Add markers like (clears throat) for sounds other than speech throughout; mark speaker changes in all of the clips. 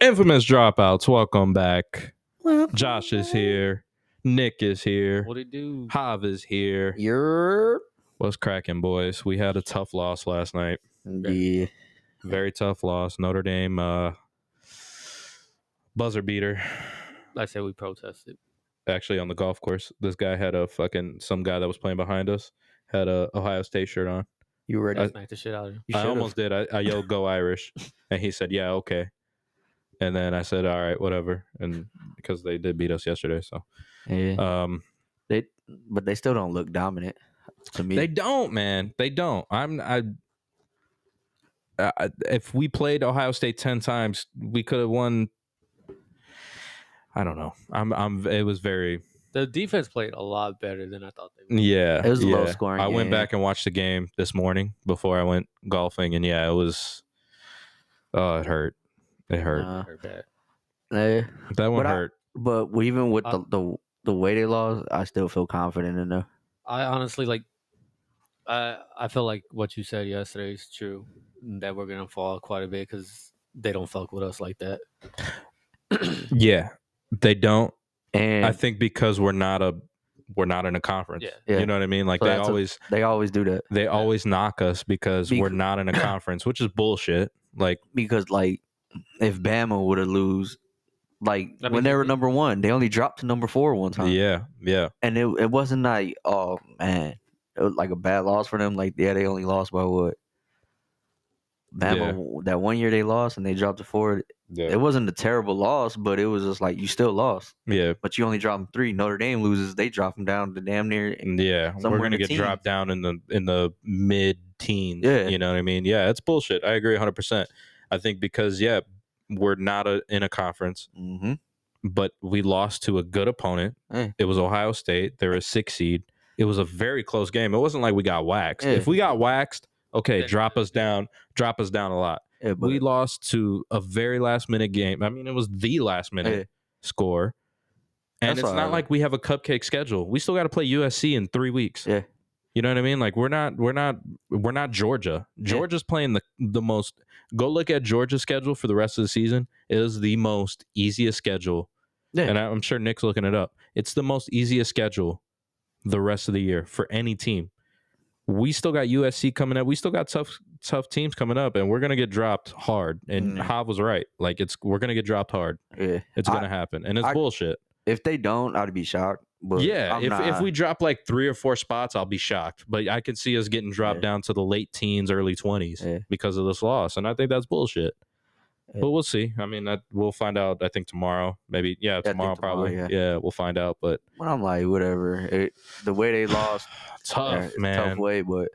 Speaker 1: Infamous dropouts, welcome back. Josh is here. Nick is here.
Speaker 2: What it do?
Speaker 1: Hav is here.
Speaker 3: You're
Speaker 1: What's cracking, boys? We had a tough loss last night.
Speaker 3: yeah.
Speaker 1: Very tough loss. Notre Dame uh buzzer beater.
Speaker 2: I said we protested.
Speaker 1: Actually on the golf course. This guy had a fucking some guy that was playing behind us had a Ohio State shirt on.
Speaker 3: you ready?
Speaker 1: I-
Speaker 2: Smacked the shit out of him.
Speaker 3: you
Speaker 1: I
Speaker 3: should've.
Speaker 1: almost did. I, I yelled "Go
Speaker 3: (laughs)
Speaker 1: Irish," and he said, "Yeah, okay." And then I said, "All right, whatever," and because they did beat us yesterday, so
Speaker 3: Yeah.
Speaker 1: um,
Speaker 3: they, but they still don't look dominant to me.
Speaker 1: they don't, man, they don't. I'm I. I- I- If we played Ohio State ten times, we could have won. I don't know. I'm. I'm. It was very.
Speaker 2: The defense played a lot better than I thought they would.
Speaker 1: Yeah,
Speaker 3: It was a
Speaker 1: yeah.
Speaker 3: low scoring
Speaker 1: I went
Speaker 3: game.
Speaker 1: back and watched the game this morning before I went golfing, and yeah, it was. Oh, it hurt. It hurt.
Speaker 3: Mm, Nah.
Speaker 2: They're bad.
Speaker 3: Eh,
Speaker 1: that one
Speaker 3: Uh, but I-
Speaker 1: hurt.
Speaker 3: but even with
Speaker 2: Uh,
Speaker 3: the, the the way they lost, I still feel confident in them.
Speaker 2: I honestly like. I I feel like what you said yesterday is true. That we're gonna fall quite a bit because they don't fuck with us like that.
Speaker 1: Yeah, they don't.
Speaker 3: And
Speaker 1: I think because we're not a we're not in a conference.
Speaker 2: Yeah.
Speaker 3: Yeah.
Speaker 1: You know what I mean? Like
Speaker 3: So
Speaker 1: they
Speaker 3: that's a-
Speaker 1: always
Speaker 3: they always do that
Speaker 1: they always knock us because
Speaker 3: Bec-
Speaker 1: we're not
Speaker 3: (clears throat)
Speaker 1: in a conference, which is bullshit. Like
Speaker 3: because like if Bama would have lose, like
Speaker 2: I mean,
Speaker 3: when they were
Speaker 2: they-
Speaker 3: number one, they only dropped to number four one time.
Speaker 1: yeah, yeah.
Speaker 3: and it it wasn't like oh man, it was like a bad loss for them. Like yeah, they only lost by what. Bama, that one year they lost and they dropped to four.
Speaker 1: Yeah.
Speaker 3: It wasn't a terrible loss, but it was just like you still lost,
Speaker 1: Yeah.
Speaker 3: but you only dropped them three. Notre Dame loses, they drop them down to damn near.
Speaker 1: Yeah.
Speaker 3: Somewhere
Speaker 1: We're going
Speaker 3: in
Speaker 1: to
Speaker 3: the
Speaker 1: get
Speaker 3: teens.
Speaker 1: dropped down in the in the mid teens.
Speaker 3: Yeah.
Speaker 1: You know what I mean? Yeah, it's bullshit. I agree 100%. I think because yeah, we're not a, in a conference,
Speaker 3: Mm-hmm.
Speaker 1: but we lost to a good opponent.
Speaker 3: Mm.
Speaker 1: It was Ohio State. They're a six seed. It was a very close game. It wasn't like we got waxed.
Speaker 3: Yeah.
Speaker 1: If we got waxed, okay,
Speaker 2: Then-
Speaker 1: drop us down, drop us down a lot.
Speaker 3: Yeah,
Speaker 1: we
Speaker 3: but-
Speaker 1: lost to a very last minute game. I mean, it was the last minute
Speaker 3: yeah.
Speaker 1: score. And
Speaker 3: That's
Speaker 1: it's
Speaker 3: all
Speaker 1: not
Speaker 3: right.
Speaker 1: like we have a cupcake schedule. We still got to play USC in 3 weeks.
Speaker 3: Yeah.
Speaker 1: You know what I mean? Like we're not we're not we're not Georgia. Georgia's playing the the most go look at Georgia's schedule for the rest of the season. It is the most easiest schedule.
Speaker 3: Yeah.
Speaker 1: And I, I'm sure Nick's looking it up. It's the most easiest schedule the rest of the year for any team. We still got USC coming up. We still got tough tough teams coming up and we're going to get dropped hard. And
Speaker 3: Mm.
Speaker 1: Hav was right. Like it's we're going to get dropped hard.
Speaker 3: yeah.
Speaker 1: It's
Speaker 3: I-
Speaker 1: going to happen. And it's
Speaker 3: I-
Speaker 1: bullshit.
Speaker 3: If they don't, I'd be shocked. But
Speaker 1: Yeah,
Speaker 3: I'm
Speaker 1: if, if
Speaker 3: not-
Speaker 1: we drop like three or four spots, I'll be shocked. But I can see us getting dropped
Speaker 3: Yeah.
Speaker 1: down to the late teens, early twenties
Speaker 3: Yeah.
Speaker 1: because of this loss, and I think that's bullshit.
Speaker 3: Yeah.
Speaker 1: But we'll see. I mean, I, we'll find out. I think tomorrow, maybe. Yeah,
Speaker 3: think
Speaker 1: tomorrow,
Speaker 3: tomorrow,
Speaker 1: probably.
Speaker 3: yeah.
Speaker 1: yeah. we'll find out. But
Speaker 3: when I'm like whatever, it, the way they lost, yeah,
Speaker 1: (sighs) tough,
Speaker 3: it's
Speaker 1: man.
Speaker 3: tough way, but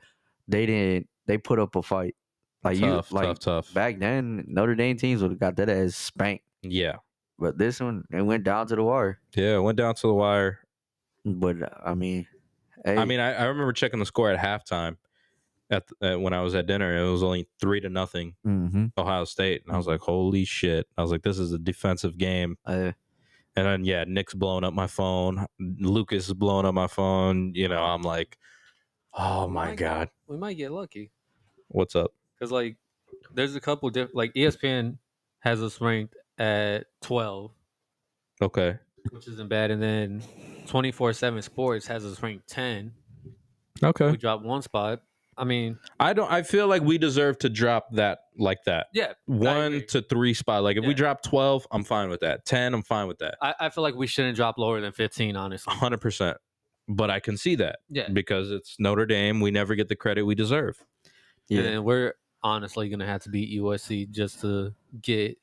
Speaker 3: they didn't. They put up a fight. Like
Speaker 1: tough,
Speaker 3: you, like
Speaker 1: tough, tough.
Speaker 3: back then, Notre Dame teams would have got that ass spanked.
Speaker 1: yeah,
Speaker 3: But this one, it went down to the wire.
Speaker 1: yeah. it Went down to the wire.
Speaker 3: But I mean, hey,
Speaker 1: I mean, I, I remember checking the score at halftime. At, at when I was at dinner, it was only three to nothing
Speaker 3: mhm,
Speaker 1: Ohio State, and I was like, "Holy shit!" I was like, "This is a defensive game."
Speaker 3: uh,
Speaker 1: And then yeah, Nick's blowing up my phone. Lucas is blowing up my phone. You know, I'm like, oh my god,
Speaker 2: We might get lucky
Speaker 1: what's up?
Speaker 2: because like there's a couple different like E ESPN has us ranked at twelve,
Speaker 1: Okay,
Speaker 2: which isn't bad, and then twenty four seven Sports has us ranked ten. We
Speaker 1: okay.
Speaker 2: dropped one spot. I mean,
Speaker 1: I don't. I feel like we deserve to drop that like that.
Speaker 2: yeah,
Speaker 1: One
Speaker 2: agree.
Speaker 1: to three spot. Like if we
Speaker 2: Yeah.
Speaker 1: drop twelve, I'm fine with that. Ten, I'm fine with that.
Speaker 2: I, I feel like we shouldn't drop lower than fifteen. Honestly,
Speaker 1: hundred percent. But I can see that
Speaker 2: yeah,
Speaker 1: because it's Notre Dame. We never get the credit we deserve.
Speaker 3: yeah,
Speaker 2: And then we're honestly gonna have to beat USC just to get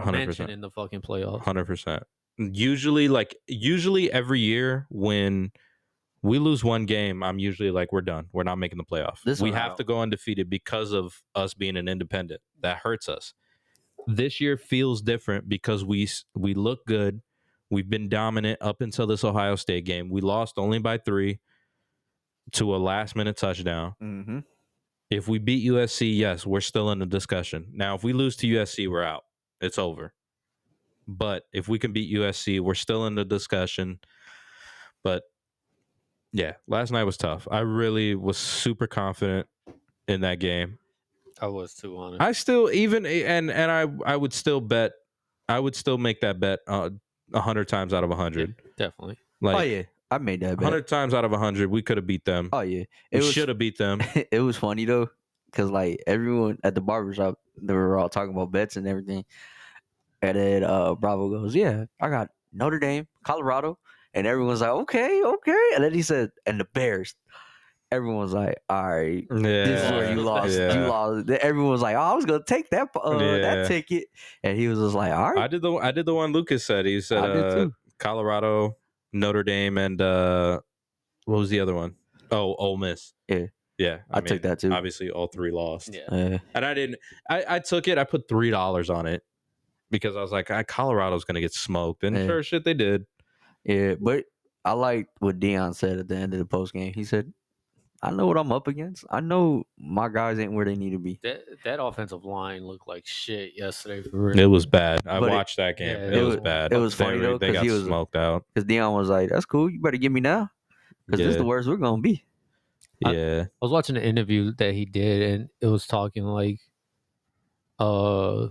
Speaker 1: Hundred
Speaker 2: mentioned
Speaker 1: percent.
Speaker 2: in the fucking playoffs.
Speaker 1: Hundred percent. Usually, like usually every year when we lose one game, I'm usually like, we're done. We're not making the playoff.
Speaker 3: This
Speaker 1: we
Speaker 3: one
Speaker 1: have
Speaker 3: out.
Speaker 1: to go undefeated because of us being an independent. That hurts us. This year feels different because we s- we look good. We've been dominant up until this Ohio State game. We lost only by three to a last minute touchdown.
Speaker 3: hmm
Speaker 1: If we beat USC, yes, we're still in the discussion. Now, if we lose to USC, we're out. It's over. But if we can beat USC, we're still in the discussion. But yeah, last night was tough. I really was super confident in that game.
Speaker 2: I was too on it.
Speaker 1: I still even and and I I would still bet I would still make that bet uh, a hundred times out of a hundred.
Speaker 2: Definitely.
Speaker 1: Like
Speaker 3: oh yeah, I made that
Speaker 1: a
Speaker 3: bet.
Speaker 1: hundred times out of a hundred, we could have beat them.
Speaker 3: Oh yeah,
Speaker 1: we
Speaker 3: it was
Speaker 1: should have beat them.
Speaker 3: (laughs) it was funny though, cause like everyone at the barbershop, they were all talking about bets and everything, and then uh, Bravo goes, "Yeah, I got Notre Dame, Colorado," and everyone's like, "Okay, okay," and then he said, "And the Bears." Everyone's like, "All right."
Speaker 1: Yeah.
Speaker 3: This is where you lost. You lost. Everyone was like, "Oh, I was gonna take that uh,
Speaker 1: Yeah.
Speaker 3: that ticket," and he was just like, "All
Speaker 1: I
Speaker 3: right,
Speaker 1: did the I did the one Lucas said. He
Speaker 3: I,
Speaker 1: said
Speaker 3: did
Speaker 1: uh,
Speaker 3: too."
Speaker 1: Colorado, Notre Dame, and uh, what was the other one? Oh, Ole Miss.
Speaker 3: Yeah.
Speaker 1: yeah.
Speaker 3: I, took
Speaker 1: mean,
Speaker 3: that too."
Speaker 1: Obviously, all three lost.
Speaker 2: Yeah.
Speaker 3: Yeah.
Speaker 1: and I didn't. I, I took it. I put three dollars on it because I was like, ah, Colorado's gonna get smoked, and
Speaker 3: Yeah.
Speaker 1: sure as shit they did.
Speaker 3: Yeah, but I liked what Dion said at the end of the post game. He said, "I know what I'm up against. I know my guys ain't where they need to be."
Speaker 2: That that offensive line looked like shit yesterday for real.
Speaker 1: It was bad. I
Speaker 3: But it-
Speaker 1: watched that game.
Speaker 2: yeah,
Speaker 1: it,
Speaker 2: it
Speaker 1: was
Speaker 2: was-
Speaker 1: bad.
Speaker 3: it was
Speaker 1: They
Speaker 3: funny,
Speaker 1: were-
Speaker 3: though,
Speaker 1: They
Speaker 3: 'cause
Speaker 1: got
Speaker 3: he was-
Speaker 1: smoked out.
Speaker 3: Because Dion was like, "That's cool. You better give me now, because this is the
Speaker 1: Yeah,
Speaker 3: worst we're gonna be."
Speaker 2: I-
Speaker 1: yeah.
Speaker 2: I was watching an interview that he did, and it was talking like, uh,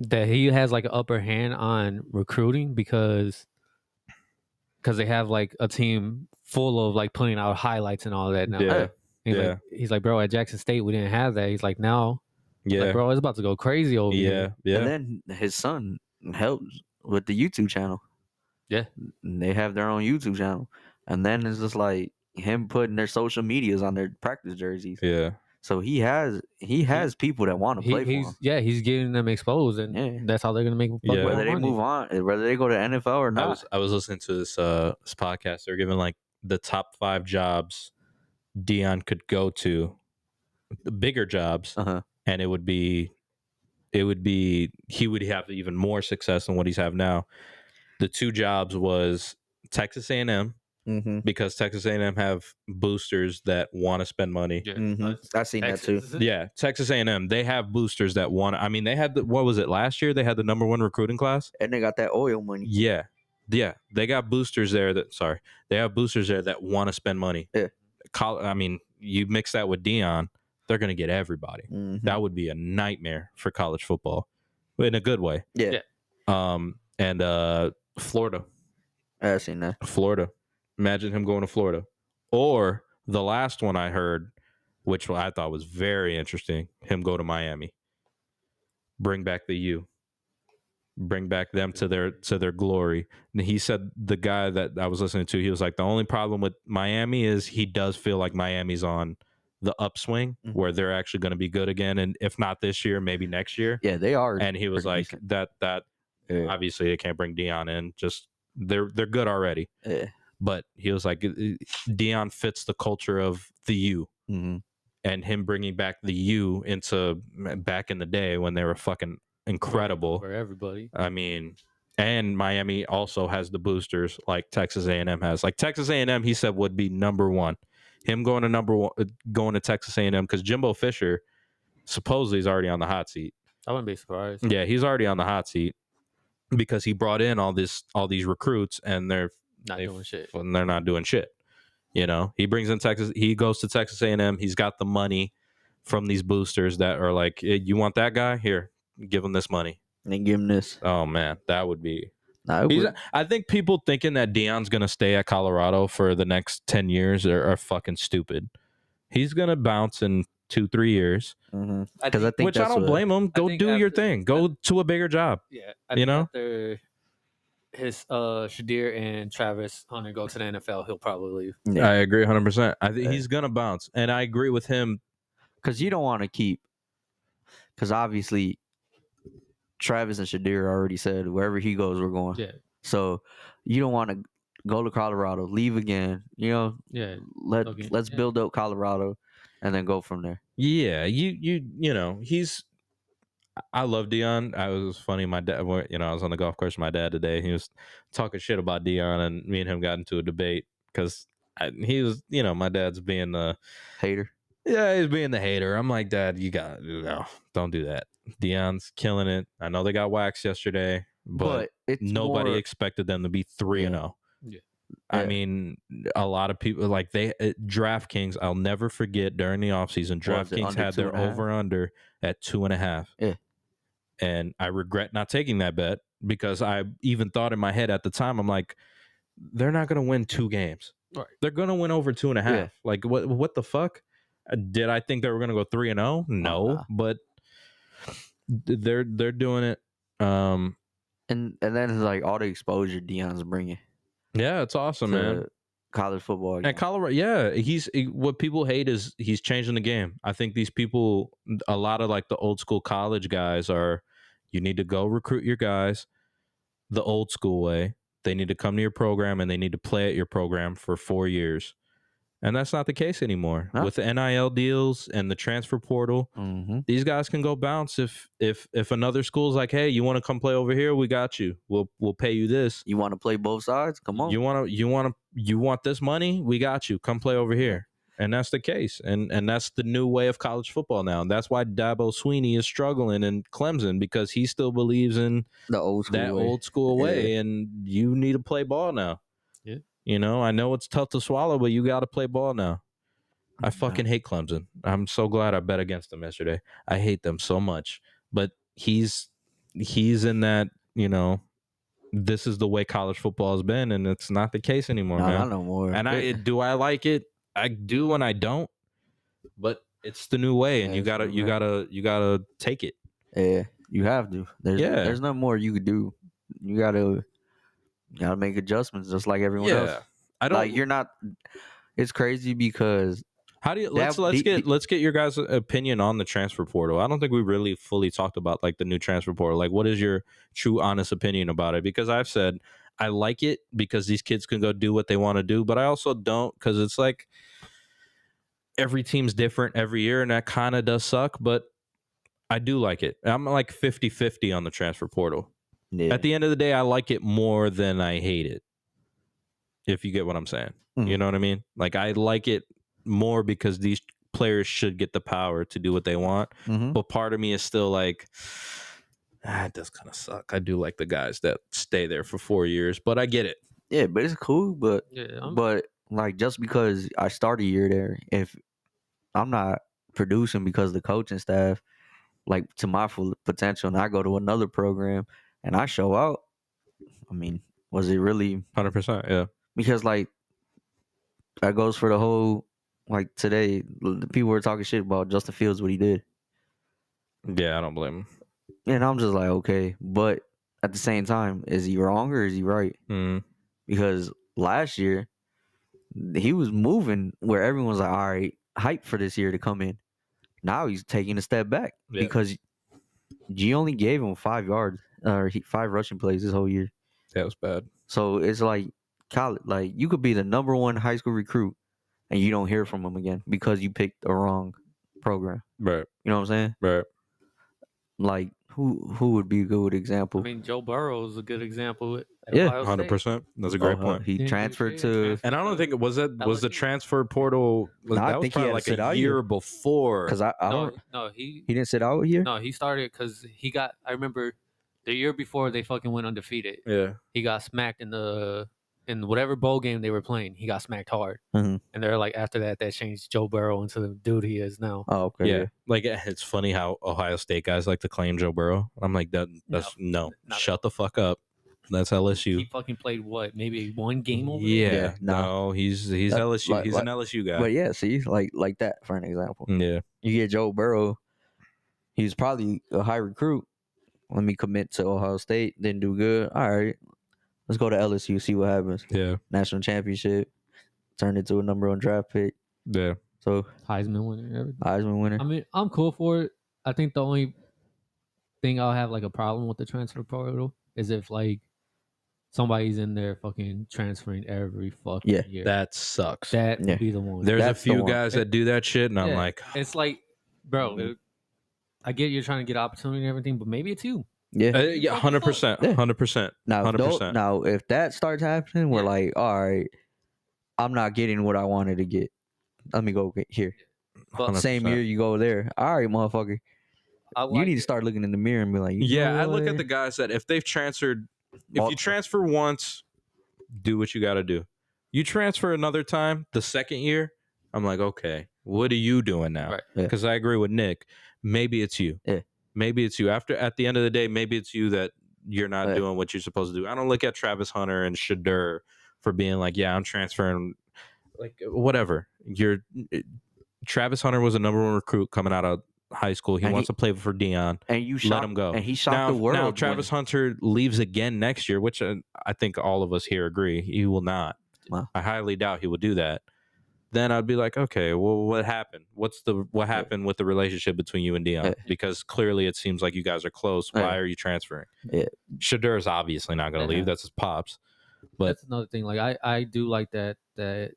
Speaker 2: that he has like an upper hand on recruiting because, because they have like a team full of like putting out highlights and all that now.
Speaker 1: Yeah.
Speaker 2: He's
Speaker 1: yeah.
Speaker 2: like, he's like, bro, at Jackson State we didn't have that. He's like, now,
Speaker 1: yeah,
Speaker 2: like, bro, it's about to go crazy over
Speaker 1: yeah,
Speaker 2: here.
Speaker 1: yeah.
Speaker 3: And then his son helps with the YouTube channel.
Speaker 2: Yeah.
Speaker 3: And they have their own YouTube channel, and then it's just like him putting their social medias on their practice jerseys.
Speaker 1: yeah,
Speaker 3: So he has he has people that want to
Speaker 2: He,
Speaker 3: play for
Speaker 2: he's
Speaker 3: him.
Speaker 2: yeah, he's getting them exposed, and
Speaker 3: Yeah.
Speaker 2: that's how they're gonna make. fuck
Speaker 1: Yeah.
Speaker 2: more
Speaker 3: Whether they
Speaker 2: money.
Speaker 3: move on, whether they go to NFL or
Speaker 1: I
Speaker 3: not,
Speaker 1: was I was listening to this uh this podcast. They're giving like the top five jobs Dion could go to, the bigger jobs,
Speaker 3: uh-huh.
Speaker 1: and it would be it would be he would have even more success than what he's have now. The two jobs was Texas A&M
Speaker 3: mm-hmm.
Speaker 1: because Texas A&M have boosters that want to spend money. Yeah.
Speaker 3: Mhm. I seen that too.
Speaker 1: Texas A&M they have boosters that want. I mean, they had the, what was it last year? They had the number one recruiting class.
Speaker 3: and they got that oil money.
Speaker 1: Yeah, yeah, they got boosters there that sorry, they have boosters there that want to spend money.
Speaker 3: Yeah.
Speaker 1: Col- I mean, you mix that with Dion, they're gonna get everybody.
Speaker 3: Mhm.
Speaker 1: that would be a nightmare for college football in a good way
Speaker 3: yeah,
Speaker 2: Yeah.
Speaker 1: um and uh florida
Speaker 3: I seen that.
Speaker 1: florida imagine him going to florida or the last one i heard which i thought was very interesting him go to miami bring back the u bring back them to their to their glory and he said the guy that i was listening to he was like the only problem with miami is he does feel like miami's on the upswing
Speaker 3: Mhm.
Speaker 1: where they're actually going to be good again and if not this year maybe next year
Speaker 3: Yeah, they are.
Speaker 1: and he was
Speaker 3: pretty
Speaker 1: like that that
Speaker 3: yeah,
Speaker 1: obviously they can't bring Dion in just they're they're good already
Speaker 3: yeah.
Speaker 1: but he was like "Uh, Dion fits the culture of the U
Speaker 3: Mhm.
Speaker 1: and him bringing back the U into back in the day when they were fucking incredible
Speaker 2: for everybody.
Speaker 1: I mean and Miami also has the boosters like Texas A&M has like Texas A&M he said would be number 1 him going to number 1 going to Texas A&M cuz Jimbo Fisher supposedly is already on the hot seat
Speaker 2: I wouldn't be surprised.
Speaker 1: yeah, he's already on the hot seat because he brought in all this all these recruits and they're
Speaker 2: Not
Speaker 1: they-
Speaker 2: doing shit.
Speaker 1: and they're not doing shit. You know, he brings in Texas. He goes to Texas A&M. He's got the money from these boosters that are like, "Eh, you want that guy here? Give him this money.
Speaker 3: And then give him this.
Speaker 1: Oh man, that would be.
Speaker 3: Nah, it
Speaker 1: He's,
Speaker 3: would-
Speaker 1: I think people thinking that Dion's gonna stay at Colorado for the next ten years are, are fucking stupid. He's gonna bounce in two three years,
Speaker 3: mhm.
Speaker 2: I
Speaker 3: 'Cause I think
Speaker 1: which I
Speaker 3: that's
Speaker 1: don't
Speaker 3: what-
Speaker 1: blame him. Go
Speaker 2: think
Speaker 1: do your
Speaker 2: after-
Speaker 1: thing. Go to a bigger job.
Speaker 2: Yeah,
Speaker 1: You
Speaker 2: I think
Speaker 1: know?
Speaker 2: after his uh Shadir and Travis Hunter go to the NFL, he'll probably leave.
Speaker 1: I
Speaker 3: Yeah.
Speaker 1: agree 100%. I think
Speaker 3: Yeah.
Speaker 1: he's going to bounce. And I agree with him.
Speaker 3: Because you don't want to keep. Because obviously, Travis and Shadir already said wherever he goes, we're going.
Speaker 2: Yeah.
Speaker 3: So you don't want to go to Colorado, leave again. You know,
Speaker 2: Yeah,
Speaker 3: let
Speaker 2: Okay,
Speaker 3: let's
Speaker 2: yeah.
Speaker 3: build up Colorado, and then go from there.
Speaker 1: Yeah, you you you know, he's I love Dion. I was it was funny my dad when- you know, I was on the golf course with my dad today. He was talking shit about Dion and me and him got into a debate cuz he was, you know, my dad's being uh
Speaker 3: Hater.
Speaker 1: yeah, he's being the hater. I'm like, Dad, you got no, don't do that. Dion's killing it. I know they got waxed yesterday, but,
Speaker 3: But, it's
Speaker 1: nobody
Speaker 3: more-
Speaker 1: expected them to be three and zero.
Speaker 2: Yeah.
Speaker 1: I
Speaker 3: Yeah.
Speaker 1: mean, a lot of people like they uh, DraftKings. I'll never forget during the offseason,
Speaker 3: Was it
Speaker 1: DraftKings
Speaker 3: under
Speaker 1: had
Speaker 3: two
Speaker 1: their
Speaker 3: and a half?
Speaker 1: over under at two and a half.
Speaker 3: Yeah.
Speaker 1: And I regret not taking that bet because I even thought in my head at the time, I'm like, they're not going to win two games.
Speaker 2: Right.
Speaker 1: They're going to win over two and a half.
Speaker 3: Yeah.
Speaker 1: Like, what what the fuck? Uh, Did I think they were going to go three and oh? No,
Speaker 3: nah.
Speaker 1: but they're they're doing it. Um,
Speaker 3: And and then it's like all the exposure Dion's bringing
Speaker 1: yeah, it's awesome, man.
Speaker 3: to college football.
Speaker 1: And
Speaker 3: again.
Speaker 1: Colorado, yeah, he's what people hate is he's changing the game. I think these people, a lot of like the old school college guys, are you need to go recruit your guys the old school way. They need to come to your program and they need to play at your program for four years. And that's not the case anymore.
Speaker 3: No.
Speaker 1: With the NIL deals and the transfer portal,
Speaker 3: Mhm.
Speaker 1: these guys can go bounce if if if another school's like, hey, you want to come play over here? We got you. We'll we'll pay you this.
Speaker 3: You want to play both sides? Come on.
Speaker 1: You want to, you want to, you want this money? We got you. Come play over here. And that's the case. And and that's the new way of college football now. And that's why Dabo Sweeney is struggling in Clemson because he still believes in
Speaker 3: the old school.
Speaker 1: that
Speaker 3: way.
Speaker 1: old school way. And you need to play ball now.
Speaker 2: Yeah.
Speaker 1: You know, I know it's tough to swallow, but you got to play ball now. I
Speaker 3: Yeah.
Speaker 1: fucking hate Clemson. I'm so glad I bet against them yesterday. I hate them so much. But he's he's in that, you know, this is the way college football has been and it's not the case anymore,
Speaker 3: Nah,
Speaker 1: man.
Speaker 3: not no more.
Speaker 1: And I
Speaker 3: It-
Speaker 1: do I like it? I do and I don't. But it's the new way and
Speaker 3: Yeah,
Speaker 1: you
Speaker 3: it's
Speaker 1: got to
Speaker 3: the
Speaker 1: you
Speaker 3: way.
Speaker 1: got to you got to take it.
Speaker 3: yeah, you have to. There's
Speaker 1: Yeah.
Speaker 3: there's no more you could do. You gotta you gotta make adjustments just like everyone else.
Speaker 1: I don't
Speaker 3: Like you're not. It's crazy because
Speaker 1: How do you
Speaker 3: That-
Speaker 1: let's let's
Speaker 3: the-
Speaker 1: get
Speaker 3: the-
Speaker 1: let's get your guys' opinion on the transfer portal? I don't think we really fully talked about like the new transfer portal. Like, what is your true, honest opinion about it? Because I've said I like it because these kids can go do what they want to do, but I also don't because it's like every team's different every year, and that kind of does suck. But I do like it. I'm like 50 50 on the transfer portal.
Speaker 3: yeah,
Speaker 1: At the end of the day, I like it more than I hate it. If you get what I'm saying,
Speaker 3: Mm.
Speaker 1: you know what I mean? Like I like it more because these players should get the power to do what they want,
Speaker 3: Mhm.
Speaker 1: but part of me is still like ah, it does kind of suck. I do like the guys that stay there for 4 years, but I get it.
Speaker 3: yeah, but it's cool. But
Speaker 2: Yeah, I'm,
Speaker 3: but like just because I start a year there, if I'm not producing because the coaching staff, like to my full potential, and I go to another program and I show out, I mean, was it really
Speaker 1: 100%. Yeah.
Speaker 3: because like that goes for the whole like today the people were talking shit about Justin Fields what he did,
Speaker 1: Yeah, I don't blame
Speaker 3: and I'm just like okay, but at the same time, is he wrong or is he right?
Speaker 1: him.
Speaker 3: because last year he was moving where everyone's like, all right, hype for this year to come in. Now he's taking a step back
Speaker 1: Yeah.
Speaker 3: because G only gave him five yards or he, five rushing plays this whole year.
Speaker 1: That was bad.
Speaker 3: So it's like college, like you could be the number one high school recruit and you don't hear from him again because you picked the wrong program.
Speaker 1: Right.
Speaker 3: You know what I'm saying?
Speaker 1: Right.
Speaker 3: Like who who would be a good
Speaker 2: I
Speaker 3: example?
Speaker 2: mean, Joe Burrow is a good example. at
Speaker 3: Yeah.
Speaker 2: Ohio State.
Speaker 1: 100%. That's a great
Speaker 3: Uh,
Speaker 1: point.
Speaker 3: He
Speaker 2: Yeah, he
Speaker 3: transferred
Speaker 2: did
Speaker 3: to
Speaker 1: Oh,
Speaker 2: transfer.
Speaker 1: And I don't think it was that was the
Speaker 2: Pelicans?
Speaker 1: transfer portal was,
Speaker 3: No, I
Speaker 1: that was
Speaker 3: think he
Speaker 1: probably
Speaker 3: had
Speaker 1: like
Speaker 3: sit
Speaker 1: a
Speaker 3: out
Speaker 1: year
Speaker 3: year.
Speaker 1: before.
Speaker 3: because I, I
Speaker 2: No,
Speaker 3: don't,
Speaker 2: no, he
Speaker 3: he didn't sit out here.
Speaker 2: no, he started because he got. I remember the year before they fucking went undefeated.
Speaker 1: yeah.
Speaker 2: He got smacked in the in whatever bowl game they were playing. He got smacked hard,
Speaker 3: Mhm.
Speaker 2: and they're like, after that, that changed Joe Burrow into the dude he is now.
Speaker 3: Oh, okay.
Speaker 1: Yeah. Like eh, it's funny how Ohio State guys like to claim Joe Burrow. I'm like that that's no.
Speaker 2: not-
Speaker 1: Shut the fuck up. That's
Speaker 2: He
Speaker 1: LSU.
Speaker 2: fucking played what, maybe one game over. there?
Speaker 1: Yeah.
Speaker 3: Yeah, nah.
Speaker 1: No, he's he's
Speaker 3: That-
Speaker 1: LSU.
Speaker 3: like-
Speaker 1: he's
Speaker 3: like-
Speaker 1: an LSU guy.
Speaker 3: But yeah, see, like like that for an example.
Speaker 1: yeah.
Speaker 3: You get Joe Burrow, he was probably a high recruit. Let me commit to Ohio State, didn't do good. All right, let's go to LSU, see what happens.
Speaker 1: Yeah.
Speaker 3: National championship, turned into a number one draft pick.
Speaker 1: Yeah.
Speaker 3: So
Speaker 2: Heisman winner. and everything.
Speaker 3: Heisman winner.
Speaker 2: I mean, I'm cool for it. I think the only thing I'll have like a problem with the transfer portal is if like somebody's in there fucking transferring every fucking
Speaker 3: Yeah,
Speaker 2: year.
Speaker 1: That sucks.
Speaker 2: that would
Speaker 3: Yeah.
Speaker 2: be the one.
Speaker 1: There's a
Speaker 3: that's the
Speaker 1: few
Speaker 3: one.
Speaker 1: guys that do that shit and I'm
Speaker 2: Yeah.
Speaker 1: like
Speaker 2: it's like, bro,
Speaker 1: Mm-hmm.
Speaker 3: Mhm.
Speaker 2: it- I get you're trying to get opportunity and everything, but maybe it's you.
Speaker 3: yeah.
Speaker 1: uh, yeah, hundred percent,
Speaker 3: Yeah.
Speaker 1: hundred percent.
Speaker 3: now, if tho-
Speaker 1: 100%.
Speaker 3: now if that starts happening, we're
Speaker 2: Yeah.
Speaker 3: like, all right, I'm not getting what I wanted to get. Let me go get here.
Speaker 2: But
Speaker 3: Same year you go there. All right, motherfucker.
Speaker 2: I
Speaker 3: you
Speaker 2: like
Speaker 3: need to
Speaker 2: it.
Speaker 3: start looking in the mirror and be like, you
Speaker 1: Yeah,
Speaker 3: know
Speaker 1: I look
Speaker 3: what?
Speaker 1: at the guys that if they've transferred, if
Speaker 3: Mul-
Speaker 1: you transfer once, do what you got to do. You transfer another time the second year. I'm like, okay, what are you doing now?
Speaker 2: Right.
Speaker 3: Yeah.
Speaker 1: Because I agree with Nick. Maybe it's you.
Speaker 3: Yeah.
Speaker 1: Maybe it's you. After at the end of the day, maybe it's you that you're not
Speaker 3: Right.
Speaker 1: doing what you're supposed to do. I don't look at Travis Hunter and Shadur for being like, yeah, I'm transferring, like whatever. You're Travis Hunter was a number one recruit coming out of high school. He
Speaker 3: And
Speaker 1: wants to play for Dion
Speaker 3: and you shocked,
Speaker 1: let him go.
Speaker 3: and he shocked
Speaker 1: now,
Speaker 3: the world.
Speaker 1: Now
Speaker 3: when-
Speaker 1: Travis Hunter leaves again next year, which uh, I think all of us here agree he will not.
Speaker 3: Wow.
Speaker 1: I highly doubt he will do that. Then I'd be like, okay, well, what happened? What's the what
Speaker 3: Yeah.
Speaker 1: happened with the relationship between you and Dion?
Speaker 3: Yeah.
Speaker 1: Because clearly it seems like you guys are close. Why
Speaker 3: Yeah.
Speaker 1: are you transferring?
Speaker 3: uh, Yeah.
Speaker 1: Shadur is obviously not going to leave.
Speaker 2: Yeah.
Speaker 1: That's his pops. But-
Speaker 2: that's another thing. Like I, I do like that that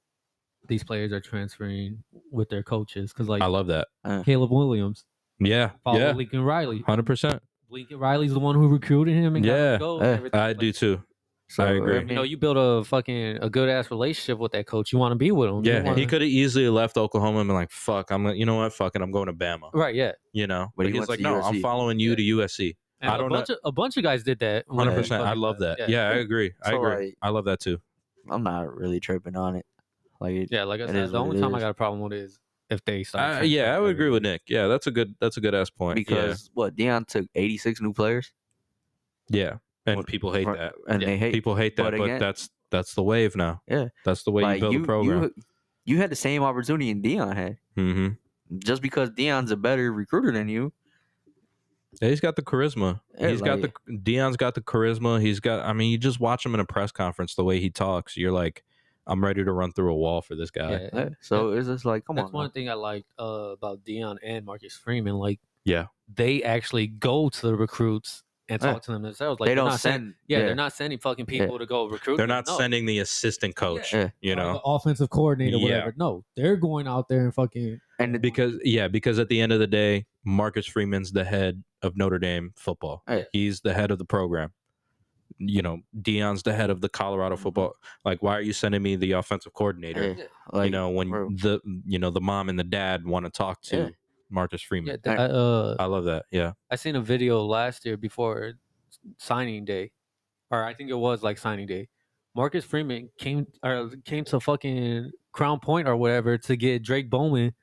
Speaker 2: these players are transferring with their coaches because like
Speaker 1: I love that.
Speaker 2: Caleb Williams
Speaker 1: Yeah,
Speaker 2: followed
Speaker 1: yeah,
Speaker 2: Lincoln Riley.
Speaker 1: hundred percent.
Speaker 2: Lincoln Riley's the one who recruited him and got
Speaker 1: Yeah. Eh,
Speaker 2: him go
Speaker 3: Yeah.
Speaker 2: and everything.
Speaker 1: I
Speaker 2: Like,
Speaker 1: do too.
Speaker 3: So, uh,
Speaker 1: I agree.
Speaker 2: You know, you build a fucking a good ass relationship with that coach. You want to be with him. You
Speaker 1: Yeah, he
Speaker 2: wanna-
Speaker 1: could have easily left Oklahoma and been like, "Fuck, I'm gonna, you know what, fucking, I'm going to Bama,"
Speaker 2: Right. Yeah.
Speaker 1: you know.
Speaker 3: But
Speaker 1: But,
Speaker 3: he
Speaker 1: he's
Speaker 3: went
Speaker 1: like,
Speaker 3: to
Speaker 1: "No, I'm
Speaker 3: USC.
Speaker 1: following you
Speaker 2: Yeah.
Speaker 1: to USC."
Speaker 2: And
Speaker 1: I don't
Speaker 2: a
Speaker 1: know.
Speaker 2: bunch Of, a bunch of guys did that. when
Speaker 1: Hundred
Speaker 2: they
Speaker 1: percent. I
Speaker 2: fucking-
Speaker 1: love that. Yeah, I agree. I
Speaker 3: So,
Speaker 1: agree.
Speaker 3: like-
Speaker 1: I love that too.
Speaker 3: I'm not really tripping on it. Like, it-
Speaker 2: Yeah, like I
Speaker 3: It
Speaker 2: said,
Speaker 3: is
Speaker 2: the
Speaker 3: what
Speaker 2: only
Speaker 3: it
Speaker 2: time I
Speaker 3: is.
Speaker 2: got a problem with it is if they start.
Speaker 1: Uh, yeah, I would agree with Nick. Yeah, that's a good. That's a good ass point.
Speaker 3: because what Dion took 86 new players,
Speaker 1: yeah, yeah. and
Speaker 3: What-
Speaker 1: people hate
Speaker 3: right,
Speaker 1: that.
Speaker 3: and
Speaker 2: Yeah,
Speaker 3: they hate
Speaker 1: people hate that,
Speaker 3: but
Speaker 1: but,
Speaker 3: again-
Speaker 1: that's that's the wave now.
Speaker 3: Yeah.
Speaker 1: that's the way
Speaker 3: like
Speaker 1: you build a program.
Speaker 3: You, you had the same opportunity Dion had.
Speaker 1: hmm
Speaker 3: Just because Dion's a better recruiter than you,
Speaker 1: he's got the charisma.
Speaker 3: Yeah,
Speaker 1: he's got
Speaker 3: like-
Speaker 1: the Dion's got the charisma. He's got. I mean, you just watch him in a press conference. The way he talks, you're like, I'm ready to run through a wall for this guy.
Speaker 2: Yeah.
Speaker 3: yeah, eh, so it's just like, come
Speaker 2: That's
Speaker 3: on,
Speaker 2: one
Speaker 3: man.
Speaker 2: thing I like uh, about Dion and Marcus Freeman. Like,
Speaker 1: Yeah.
Speaker 2: they actually go to the recruits and
Speaker 3: Yeah.
Speaker 2: talk to them themselves. Like,
Speaker 3: they
Speaker 2: they're
Speaker 3: don't
Speaker 2: not
Speaker 3: send.
Speaker 2: yeah, they're not sending fucking people to go recruit.
Speaker 1: They're
Speaker 2: them,
Speaker 1: not
Speaker 2: no.
Speaker 1: sending the assistant coach.
Speaker 3: Yeah.
Speaker 1: You
Speaker 2: Or
Speaker 1: know,
Speaker 2: the offensive coordinator,
Speaker 1: Yeah.
Speaker 2: whatever. No, they're going out there and fucking.
Speaker 3: and the,
Speaker 1: because yeah, because at the end of the day, Marcus Freeman's the head of Notre Dame football.
Speaker 3: Right.
Speaker 1: He's the head of the program. You know, Dion's the head of the Colorado
Speaker 3: Mhm.
Speaker 1: football. Like, why are you sending me the offensive coordinator?
Speaker 3: yeah, eh, like,
Speaker 1: you know, when
Speaker 3: bro.
Speaker 1: the you know the mom and the dad want to talk to
Speaker 3: Yeah.
Speaker 1: Marcus Freeman.
Speaker 2: Yeah, th- I, uh,
Speaker 1: I love that. Yeah,
Speaker 2: I seen a video last year before signing day, or I think it was like signing day. Marcus Freeman came or came to fucking Crown Point or whatever to get Drake Bowman.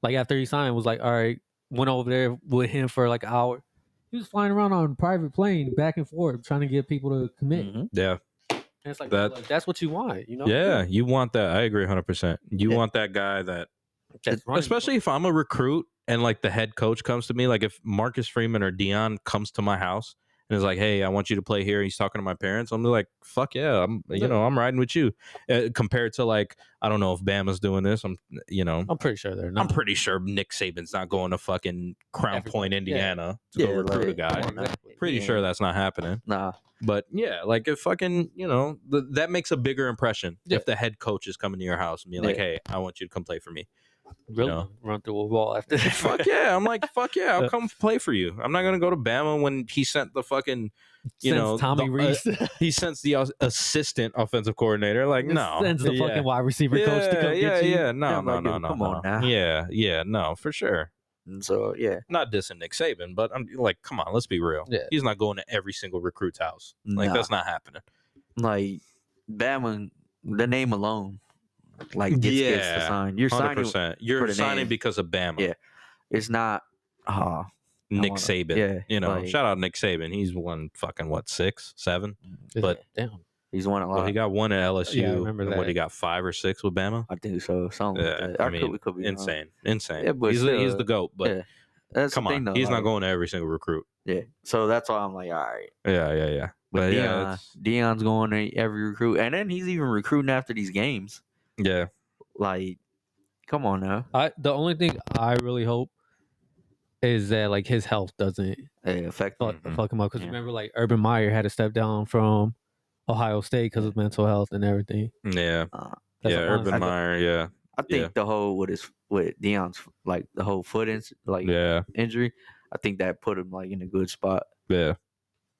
Speaker 2: Like after he signed, was like, all right, went over there with him for like an hour. He was flying around on a private plane back and forth trying to get people to commit.
Speaker 3: Mhm.
Speaker 1: yeah,
Speaker 2: And it's like,
Speaker 1: Mm-hmm. That-
Speaker 2: like, that's what you want, you know?
Speaker 1: yeah. You want that? I agree, hundred percent. You
Speaker 3: Yeah.
Speaker 1: want that guy that,
Speaker 2: That's running.
Speaker 1: E, especially if I'm a recruit and like the head coach comes to me, like if Marcus Freeman or Dion comes to my house and is like, "Hey, I want you to play here," and he's talking to my parents, I'm like, "Fuck yeah, I'm you
Speaker 2: Yeah.
Speaker 1: know I'm riding with you." Uh, compared to like, I don't know if Bama's doing this. I'm you know.
Speaker 2: I'm pretty sure they're not.
Speaker 1: Oh, I'm pretty sure Nick Saban's not going to fucking Crown
Speaker 2: Every-
Speaker 1: Point,
Speaker 2: yeah.
Speaker 1: Indiana, to
Speaker 3: Yeah,
Speaker 1: go recruit
Speaker 3: like,
Speaker 1: a guy.
Speaker 3: come on now.
Speaker 1: pretty
Speaker 3: Yeah.
Speaker 1: sure that's not happening.
Speaker 3: nah,
Speaker 1: But yeah, like if fucking, you know, th- that makes a bigger impression
Speaker 2: Yeah.
Speaker 1: if the head coach is coming to your house and being like,
Speaker 3: Yeah.
Speaker 1: hey, I want you to come play for me.
Speaker 2: Really
Speaker 1: No.
Speaker 2: run through a wall after (laughs) that.
Speaker 1: Fuck yeah. I'm like, fuck yeah,
Speaker 3: Uh,
Speaker 1: I'll come play for you. I'm not going to go to Bama when he sent the fucking, (laughs) you
Speaker 2: Since
Speaker 1: know,
Speaker 2: Tommy
Speaker 1: the- uh,
Speaker 2: Reese.
Speaker 1: he sends the as- assistant offensive coordinator. Like, no.
Speaker 2: Sends the
Speaker 1: yeah.
Speaker 2: fucking wide receiver
Speaker 1: yeah,
Speaker 2: coach to come
Speaker 1: yeah,
Speaker 2: get you.
Speaker 1: yeah, no,
Speaker 3: Yeah,
Speaker 1: no,
Speaker 3: like,
Speaker 1: no, no,
Speaker 3: come on
Speaker 1: no.
Speaker 3: now.
Speaker 1: yeah, yeah, no, for sure.
Speaker 3: And so yeah,
Speaker 1: Not dissing Nick Saban, but I'm like, come on, let's be real.
Speaker 2: Yeah.
Speaker 1: He's not going to every single recruit's house. Like
Speaker 3: Nah.
Speaker 1: that's not happening.
Speaker 3: like Bama, the name alone, like gets kids to
Speaker 1: Yeah,
Speaker 3: sign. You're
Speaker 1: Hundred
Speaker 3: signing.
Speaker 1: percent. You're
Speaker 3: the
Speaker 1: signing
Speaker 3: name.
Speaker 1: because of Bama.
Speaker 3: Yeah. It's not. ah,
Speaker 1: Nick
Speaker 3: wanna-
Speaker 1: Saban.
Speaker 3: yeah,
Speaker 1: You know,
Speaker 3: like-
Speaker 1: shout out Nick Saban. He's won fucking what six, seven. But-
Speaker 2: damn,
Speaker 3: he's won a lot.
Speaker 1: Well, he got one at LSU.
Speaker 2: Yeah, I remember
Speaker 1: and What
Speaker 2: that.
Speaker 1: he got five or six with Bama.
Speaker 3: I think so. Something. like
Speaker 1: Yeah,
Speaker 3: that.
Speaker 1: I
Speaker 3: Or
Speaker 1: mean,
Speaker 3: it could be wrong.
Speaker 1: Insane, insane.
Speaker 3: Yeah, but
Speaker 1: he's, the, he's
Speaker 3: still,
Speaker 1: the goat. But
Speaker 3: yeah, That's the
Speaker 1: come on,
Speaker 3: thing, though,
Speaker 1: he's not
Speaker 3: like-
Speaker 1: going to every single recruit.
Speaker 3: Yeah. So that's why I'm like, all right.
Speaker 1: Yeah, yeah, yeah. But yeah,
Speaker 3: Dion,
Speaker 1: it's-
Speaker 3: Dion's going to every recruit, and then he's even recruiting after these games.
Speaker 1: yeah.
Speaker 3: Like, come on now.
Speaker 2: I the only thing I really hope is that like his health doesn't
Speaker 3: Hey, affect
Speaker 2: fuck,
Speaker 1: Mhm.
Speaker 2: fuck him up. Because
Speaker 3: Yeah.
Speaker 2: remember, like Urban Meyer had to step down from Ohio State because of mental health and everything.
Speaker 1: Yeah,
Speaker 3: Uh,
Speaker 2: That's
Speaker 1: yeah,
Speaker 2: the
Speaker 1: Urban
Speaker 2: honest-
Speaker 1: Meyer, yeah,
Speaker 3: I think the whole with his with Dion's like the whole foot in, like
Speaker 1: yeah,
Speaker 3: injury. I think that put him like in a good spot
Speaker 1: yeah,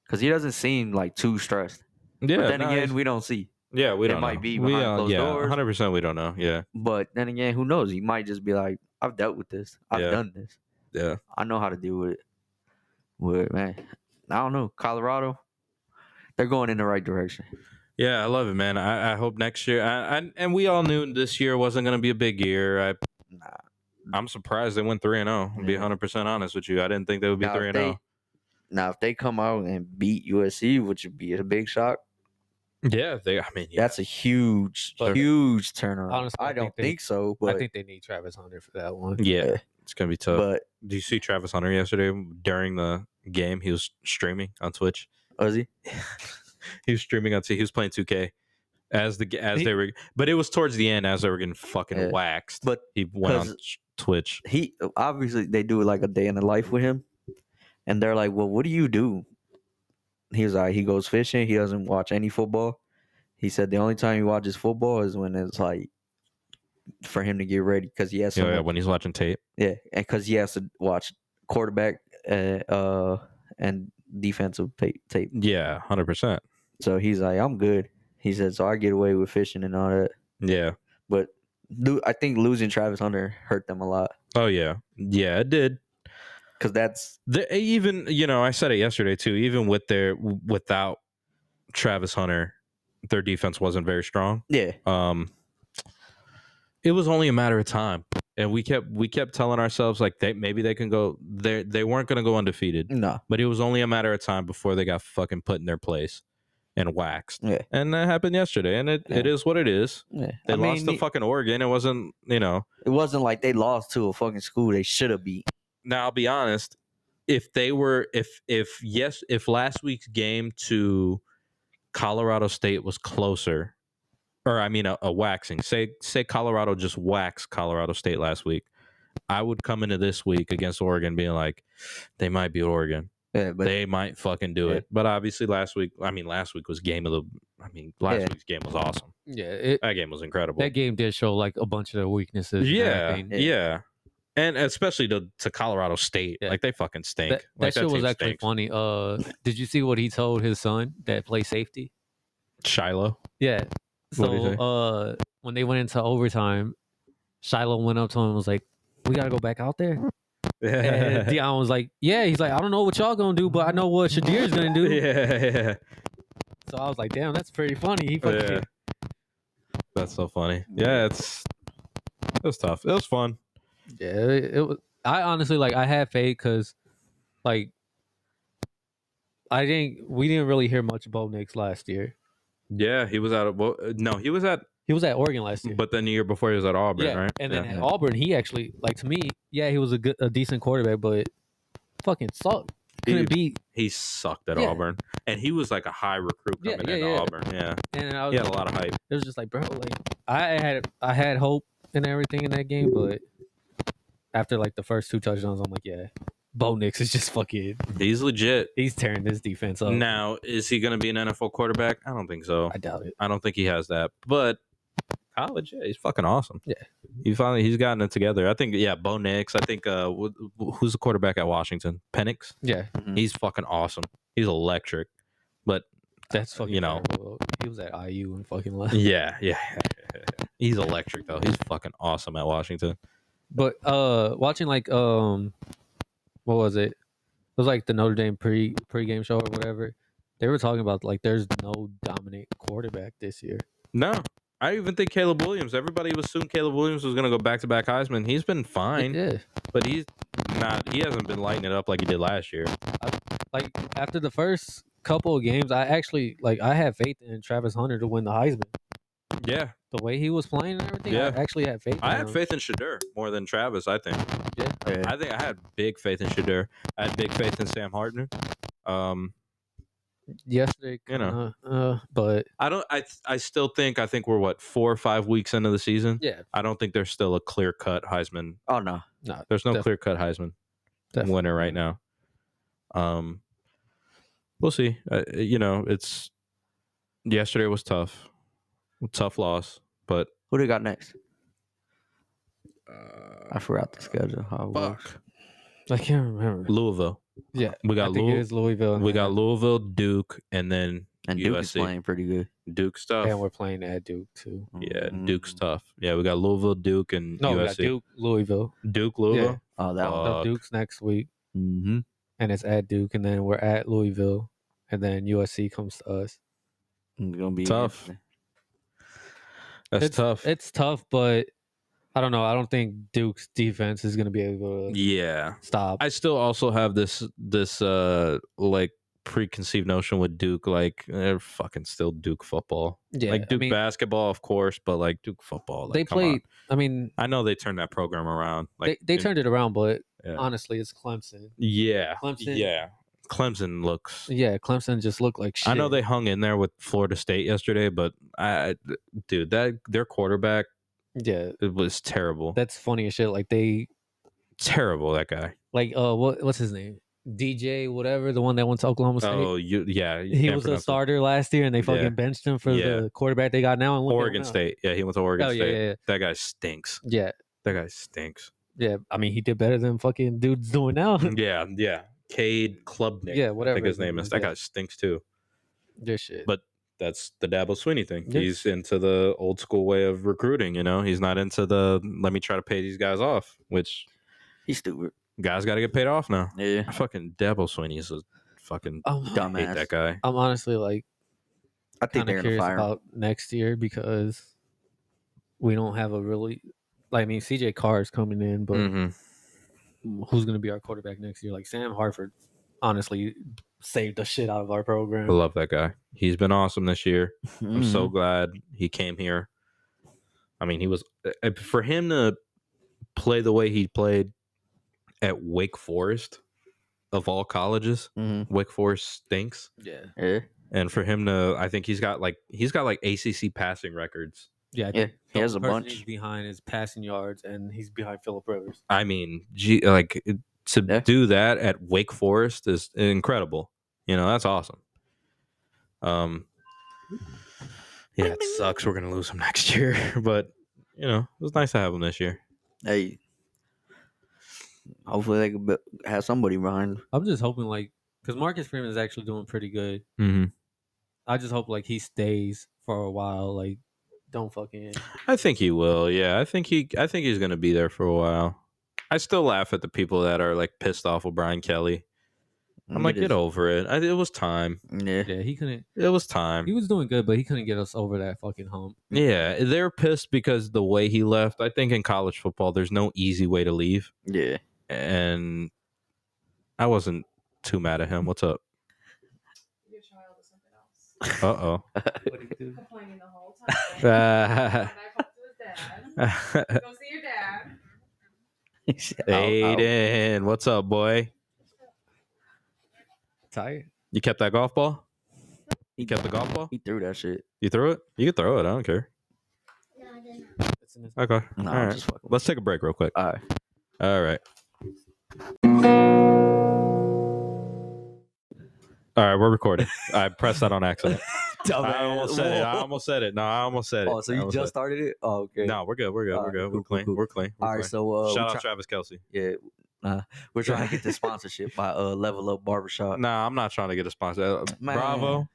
Speaker 3: because he doesn't seem like too stressed.
Speaker 1: yeah.
Speaker 3: but then
Speaker 1: no,
Speaker 3: again,
Speaker 1: he's-
Speaker 3: we don't see.
Speaker 1: yeah, we
Speaker 3: it
Speaker 1: don't
Speaker 3: might
Speaker 1: know.
Speaker 3: be
Speaker 1: we
Speaker 3: behind
Speaker 1: don't-
Speaker 3: closed
Speaker 1: yeah,
Speaker 3: doors.
Speaker 1: hundred percent, we don't know. Yeah,
Speaker 3: But then again, who knows? He might just be like, I've dealt with this. I've
Speaker 1: Yeah.
Speaker 3: done this.
Speaker 1: yeah.
Speaker 3: I know how to deal with it. But man, I don't know. Colorado, they're going in the right direction.
Speaker 1: Yeah, I love it, man. I, I hope next year. I, I, and we all knew this year wasn't going to be a big year. I,
Speaker 3: Nah,
Speaker 1: I'm surprised they went three and zero. Be
Speaker 3: Yeah.
Speaker 1: 100 percent honest with you. I didn't think they would be
Speaker 3: Now, if
Speaker 1: three and oh.
Speaker 3: they-
Speaker 2: oh.
Speaker 1: zero.
Speaker 3: Now, if they come out and beat USC, which would be a big shock,
Speaker 1: Yeah, they. I mean, yeah.
Speaker 3: that's a huge,
Speaker 2: But-
Speaker 3: huge turnaround.
Speaker 2: Honestly,
Speaker 3: I,
Speaker 2: I think
Speaker 3: don't
Speaker 2: they-
Speaker 3: think, so, but
Speaker 2: I think they need Travis Hunter for that one.
Speaker 1: yeah,
Speaker 3: Yeah.
Speaker 1: it's gonna be tough.
Speaker 3: but
Speaker 1: Do you see Travis Hunter yesterday during the game? He was streaming on Twitch.
Speaker 3: Ozzy,
Speaker 1: He was streaming on. T- he was playing 2K as the as
Speaker 2: He-
Speaker 1: they were, but it was towards the end as they were getting fucking
Speaker 3: Yeah.
Speaker 1: waxed.
Speaker 3: But
Speaker 1: he went on
Speaker 3: 'cause-
Speaker 1: sh- Twitch.
Speaker 3: he obviously they do like a day in the life with him, and they're like, "Well, what do you do?" He was like, "He goes fishing. He doesn't watch any football." He said the only time he watches football is when it's like for him to get ready because he has
Speaker 1: Yeah,
Speaker 3: someone
Speaker 1: yeah, when he's watching tape.
Speaker 3: Yeah, because he has to watch quarterback uh, uh and defensive tape, tape.
Speaker 1: Yeah, 100. percent
Speaker 3: So he's like, I'm good. He said, so I get away with fishing and all that.
Speaker 1: Yeah.
Speaker 3: But lo- I think losing Travis Hunter hurt them a lot
Speaker 1: Oh yeah. Yeah, it did.
Speaker 3: because that's
Speaker 1: the, e, even you know i said it yesterday too even with their without travis hunter their defense wasn't very strong
Speaker 3: yeah,
Speaker 1: um it was only a matter of time and we kept we kept telling ourselves like they maybe they can go they they weren't going to go undefeated
Speaker 3: no,
Speaker 1: but it was only a matter of time before they got fucking put in their place and waxed
Speaker 3: yeah.
Speaker 1: and that happened yesterday and it, it
Speaker 3: Yeah.
Speaker 1: is what it is
Speaker 3: yeah.
Speaker 1: they
Speaker 3: I
Speaker 1: lost
Speaker 3: mean,
Speaker 1: to fucking oregon it wasn't you know
Speaker 3: it wasn't like they lost to a fucking school they should have beat.
Speaker 1: now I'll be honest, if they were if if yes, if last week's game to Colorado State was closer, or I mean a, a waxing, say say Colorado just waxed Colorado State last week, I would come into this week against Oregon being like, they might be Oregon.
Speaker 3: Yeah, but
Speaker 1: they might fucking do
Speaker 3: Yeah.
Speaker 1: it. But obviously last week, I mean last week was game of the I mean last
Speaker 3: Yeah.
Speaker 1: week's game was awesome.
Speaker 2: Yeah, it,
Speaker 1: That game was incredible.
Speaker 2: that game did show like a bunch of their weaknesses. and
Speaker 1: yeah,
Speaker 2: everything.
Speaker 1: yeah. And especially to, to Colorado State,
Speaker 2: Yeah.
Speaker 1: like they fucking stink.
Speaker 2: That, that
Speaker 1: like,
Speaker 2: shit was
Speaker 1: team
Speaker 2: actually
Speaker 1: stinks.
Speaker 2: funny. Uh, did you see what he told his son that plays safety?
Speaker 1: Shiloh.
Speaker 2: Yeah. So
Speaker 1: What'd he say?
Speaker 2: uh when they went into overtime, Shiloh went up to him and was like, We gotta go back out there.
Speaker 1: (laughs)
Speaker 2: And Dion was like, Yeah, he's like, I don't know what y'all gonna do, but I know what Shadir's gonna do.
Speaker 1: (laughs) yeah.
Speaker 2: So I was like, damn, that's pretty funny. He fucking
Speaker 1: Yeah. That's so funny. Yeah, it's it was tough. It was fun.
Speaker 2: Yeah, it, it was. I honestly like. I had faith because, like, I didn't. We didn't really hear much about Nix last year.
Speaker 1: Yeah, he was at well, uh, no, he was at
Speaker 2: He was at Oregon last year,
Speaker 1: but then the year before he was at Auburn,
Speaker 2: yeah,
Speaker 1: right?
Speaker 2: and then
Speaker 1: yeah.
Speaker 2: at Auburn, he actually like to me. Yeah, he was a good, a decent quarterback, but fucking sucked. Couldn't beat.
Speaker 1: he sucked at
Speaker 2: Yeah.
Speaker 1: Auburn, and he was like a high recruit
Speaker 2: Yeah,
Speaker 1: coming
Speaker 2: yeah,
Speaker 1: into
Speaker 2: yeah.
Speaker 1: Auburn. Yeah,
Speaker 2: And I was,
Speaker 1: he had a lot of hype.
Speaker 2: it was just like, bro, like I had, I had hope and everything in that game, but after like the first two touchdowns, I'm like, yeah, Bo Nix is just fucking.
Speaker 1: He's legit.
Speaker 2: He's tearing this defense up.
Speaker 1: now, is he going to be an NFL quarterback? I don't think so.
Speaker 2: I doubt it.
Speaker 1: I don't think he has that. But college, yeah, he's fucking awesome.
Speaker 2: Yeah.
Speaker 1: He finally he's gotten it together. I think yeah, Bo Nix. I think uh wh- wh- who's the quarterback at Washington? Penix.
Speaker 2: Yeah.
Speaker 3: Mhm.
Speaker 1: He's fucking awesome. He's
Speaker 2: (laughs)
Speaker 1: electric. But
Speaker 2: That's
Speaker 1: uh,
Speaker 2: fucking
Speaker 1: you know.
Speaker 2: terrible. He was at IU and fucking left.
Speaker 1: Yeah, yeah. he's electric though. He's fucking awesome at Washington.
Speaker 2: But uh watching like um what was it? It was like the Notre Dame pre pregame show or whatever. They were talking about like there's no dominant quarterback this year.
Speaker 1: No. I even think Caleb Williams. Everybody was soon Caleb Williams was gonna go back to back Heisman. He's been fine,
Speaker 2: Yeah.
Speaker 1: but he's not he hasn't been lighting it up like he did last year.
Speaker 2: Like after the first couple of games, I actually like I had faith in Travis Hunter to win the Heisman.
Speaker 1: Yeah.
Speaker 2: The way he was playing and everything,
Speaker 1: Yeah.
Speaker 2: I actually had faith.
Speaker 1: I
Speaker 2: in
Speaker 1: had
Speaker 2: him.
Speaker 1: faith in Shadur more than Travis, I think.
Speaker 3: Yeah.
Speaker 1: I think I had big faith in Shadur. I had big faith in Sam Hartner. Um,
Speaker 2: yesterday,
Speaker 1: You know.
Speaker 2: uh, uh, but
Speaker 1: I don't. I I still think. I think we're what four or five weeks into the season.
Speaker 2: yeah,
Speaker 1: I don't think there's still a clear cut Heisman.
Speaker 3: Oh no,
Speaker 2: no,
Speaker 1: There's no
Speaker 2: Def-
Speaker 1: clear cut Heisman
Speaker 2: definitely.
Speaker 1: winner right now. Um, we'll see. Uh, you know, it's yesterday was tough, tough loss, but
Speaker 3: who they got next? I
Speaker 1: uh,
Speaker 3: forgot the schedule. How it works.
Speaker 1: fuck
Speaker 2: I can't remember.
Speaker 1: Louisville.
Speaker 2: Yeah,
Speaker 1: We
Speaker 2: I
Speaker 1: got
Speaker 2: think it
Speaker 1: Louis,
Speaker 2: is Louisville.
Speaker 1: we
Speaker 2: and
Speaker 1: got Louisville, Duke, and then
Speaker 3: And Duke is
Speaker 1: USC.
Speaker 3: playing pretty good.
Speaker 1: Duke stuff.
Speaker 2: And we're playing at Duke too.
Speaker 1: Yeah,
Speaker 3: Mhm.
Speaker 1: Duke's tough. Yeah, we got Louisville, Duke, and
Speaker 2: No, we got
Speaker 1: USC. Duke,
Speaker 2: Duke, Louisville.
Speaker 1: Louisville.
Speaker 3: Oh, that one.
Speaker 2: No,
Speaker 1: Fuck.
Speaker 2: Duke's next week,
Speaker 3: Mm-hmm.
Speaker 2: and it's at Duke, and then we're at Louisville, and then USC comes to us.
Speaker 3: It's gonna be
Speaker 1: Tough.
Speaker 3: interesting.
Speaker 1: That's
Speaker 2: it's,
Speaker 1: tough.
Speaker 2: It's tough, but I don't know. I don't think Duke's defense is going to be able to
Speaker 1: yeah.
Speaker 2: stop.
Speaker 1: I still also have this this uh like preconceived notion with Duke, like they're fucking still Duke football.
Speaker 2: yeah,
Speaker 1: like
Speaker 2: I
Speaker 1: Duke
Speaker 2: mean,
Speaker 1: basketball, of course, but like Duke football. Like,
Speaker 2: they
Speaker 1: come on.
Speaker 2: played. I mean,
Speaker 1: I know they turned that program around. Like
Speaker 2: they, they
Speaker 1: in-
Speaker 2: turned it around, but
Speaker 1: Yeah.
Speaker 2: honestly, it's Clemson.
Speaker 1: Yeah.
Speaker 2: Clemson.
Speaker 1: Yeah. Clemson looks.
Speaker 2: Yeah, Clemson just looked like shit.
Speaker 1: I know they hung in there with Florida State yesterday, but I, I- dude, that their quarterback
Speaker 2: Yeah,
Speaker 1: it was terrible.
Speaker 2: that's funny as shit. Like they,
Speaker 1: terrible. That guy.
Speaker 2: like uh, what what's his name? DJ whatever, the one that went to Oklahoma State.
Speaker 1: Oh, you. Yeah. you
Speaker 2: he
Speaker 1: can't
Speaker 2: was a
Speaker 1: pronounce it.
Speaker 2: starter last year, and they fucking
Speaker 1: Yeah.
Speaker 2: benched him for
Speaker 1: Yeah.
Speaker 2: the quarterback they got now. And look at him
Speaker 1: Oregon
Speaker 2: now.
Speaker 1: State. Yeah, he went to Oregon
Speaker 2: Oh yeah,
Speaker 1: State.
Speaker 2: yeah,
Speaker 1: That guy stinks.
Speaker 2: yeah, yeah.
Speaker 1: That guy
Speaker 2: (laughs)
Speaker 1: stinks.
Speaker 2: Yeah, I mean, he did better than fucking dudes doing now.
Speaker 1: yeah, yeah. Cade Klubnik.
Speaker 2: Yeah,
Speaker 1: I
Speaker 2: whatever
Speaker 1: think his
Speaker 2: his name
Speaker 1: name is.
Speaker 2: is,
Speaker 1: That
Speaker 2: yeah.
Speaker 1: guy stinks too.
Speaker 2: (laughs) This shit.
Speaker 1: Mm-hmm. But- That's the Dabo Sweeney thing.
Speaker 2: Yeah.
Speaker 1: He's into the old school way of recruiting. You know, he's not into the let me try to pay these guys off, which
Speaker 3: He's stupid.
Speaker 1: guys got to get paid off now.
Speaker 3: Yeah.
Speaker 1: Fucking Dabo Sweeney is a fucking
Speaker 2: I'm,
Speaker 3: Dumb.
Speaker 1: hate
Speaker 3: dumbass.
Speaker 1: that guy.
Speaker 2: Um, I'm honestly like
Speaker 3: I think
Speaker 2: kind
Speaker 3: they're
Speaker 2: of
Speaker 3: gonna
Speaker 2: curious
Speaker 3: fire him.
Speaker 2: about next year because we don't have a really. Like, I mean, CJ Carr is coming in, but
Speaker 1: Mhm.
Speaker 3: Mm.
Speaker 2: who's going to be our quarterback next year? Like Sam Harford, honestly, saved the shit out of our program.
Speaker 1: I love that guy. He's been awesome this year. I'm so
Speaker 3: Mhm.
Speaker 1: glad he came here. I mean, he was uh, for him to play the way he played at Wake Forest of all colleges.
Speaker 3: Mhm.
Speaker 1: Wake Forest stinks,
Speaker 2: yeah,
Speaker 3: Yeah.
Speaker 1: and for him to, I think he's got like he's got like ACC passing records.
Speaker 2: yeah. I
Speaker 3: Yeah.
Speaker 2: think
Speaker 3: He
Speaker 2: the
Speaker 3: has a
Speaker 2: person He's
Speaker 3: bunch.
Speaker 2: behind is passing yards, and he's behind Philip Rivers.
Speaker 1: I mean, gee, like it- to
Speaker 3: Yeah.
Speaker 1: do that at Wake Forest is incredible. You know, that's awesome. Um, yeah, it sucks we're gonna lose him next (laughs) year, but you know, it was nice to have him this year.
Speaker 3: Hey. Hopefully they could bu- have somebody behind. him.
Speaker 2: I'm just hoping like because Marcus Freeman is actually doing pretty good.
Speaker 1: Mm-hmm.
Speaker 2: I just hope like he stays for a while. Like,
Speaker 3: (laughs)
Speaker 2: don't fucking.
Speaker 1: I think he will. Yeah, I think he. I think he's gonna be there for a while. I still laugh at the people that are like pissed off with Brian Kelly. I'm like,
Speaker 3: Mm, It
Speaker 1: get
Speaker 3: is-
Speaker 1: over it. I, it was time.
Speaker 3: Yeah. (laughs)
Speaker 2: Yeah, he couldn't.
Speaker 1: It was time.
Speaker 2: He was doing good, but he couldn't get us over that
Speaker 3: (laughs)
Speaker 2: fucking hump.
Speaker 1: yeah, they're pissed because the way he left. I think in college football, there's no easy way to leave,
Speaker 3: Yeah.
Speaker 1: and I wasn't too mad at him. What's up?
Speaker 4: your child is something else.
Speaker 1: Uh
Speaker 3: (laughs)
Speaker 1: (laughs) oh.
Speaker 4: Complaining the whole
Speaker 1: (laughs)
Speaker 4: time.
Speaker 1: Uh,
Speaker 4: And I talked to his dad. Go see your dad.
Speaker 1: Aiden, what's up, boy?
Speaker 2: Tired.
Speaker 1: You kept that golf ball. You kept the golf ball.
Speaker 3: He threw that shit.
Speaker 1: You threw it. You can throw it. I don't care.
Speaker 2: It's in his-
Speaker 1: Okay.
Speaker 3: No,
Speaker 1: All
Speaker 3: I'm
Speaker 1: right.
Speaker 3: just fucking.
Speaker 1: Let's take a break real quick.
Speaker 3: All right.
Speaker 1: All right. All right, we're
Speaker 3: (laughs)
Speaker 1: recording. I pressed that on accident. I almost said it. I almost said it. No, I almost said it.
Speaker 3: Oh, so
Speaker 1: I
Speaker 3: you
Speaker 1: almost
Speaker 3: just
Speaker 1: said
Speaker 3: started it? Oh, okay.
Speaker 1: it. No, we're good. We're good.
Speaker 3: All
Speaker 1: We're
Speaker 3: right,
Speaker 1: good.
Speaker 3: cool,
Speaker 1: We're clean.
Speaker 3: cool,
Speaker 1: We're clean. We're
Speaker 3: All right.
Speaker 1: clean.
Speaker 3: So uh,
Speaker 1: Shout
Speaker 3: we're,
Speaker 1: out
Speaker 3: try-
Speaker 1: Travis Kelsey.
Speaker 3: yeah, uh, we're trying to get this sponsorship by uh, Level Up Barbershop.
Speaker 1: Nah, I'm not trying to get a sponsor. Uh,
Speaker 3: Uh, Man.
Speaker 1: Bravo.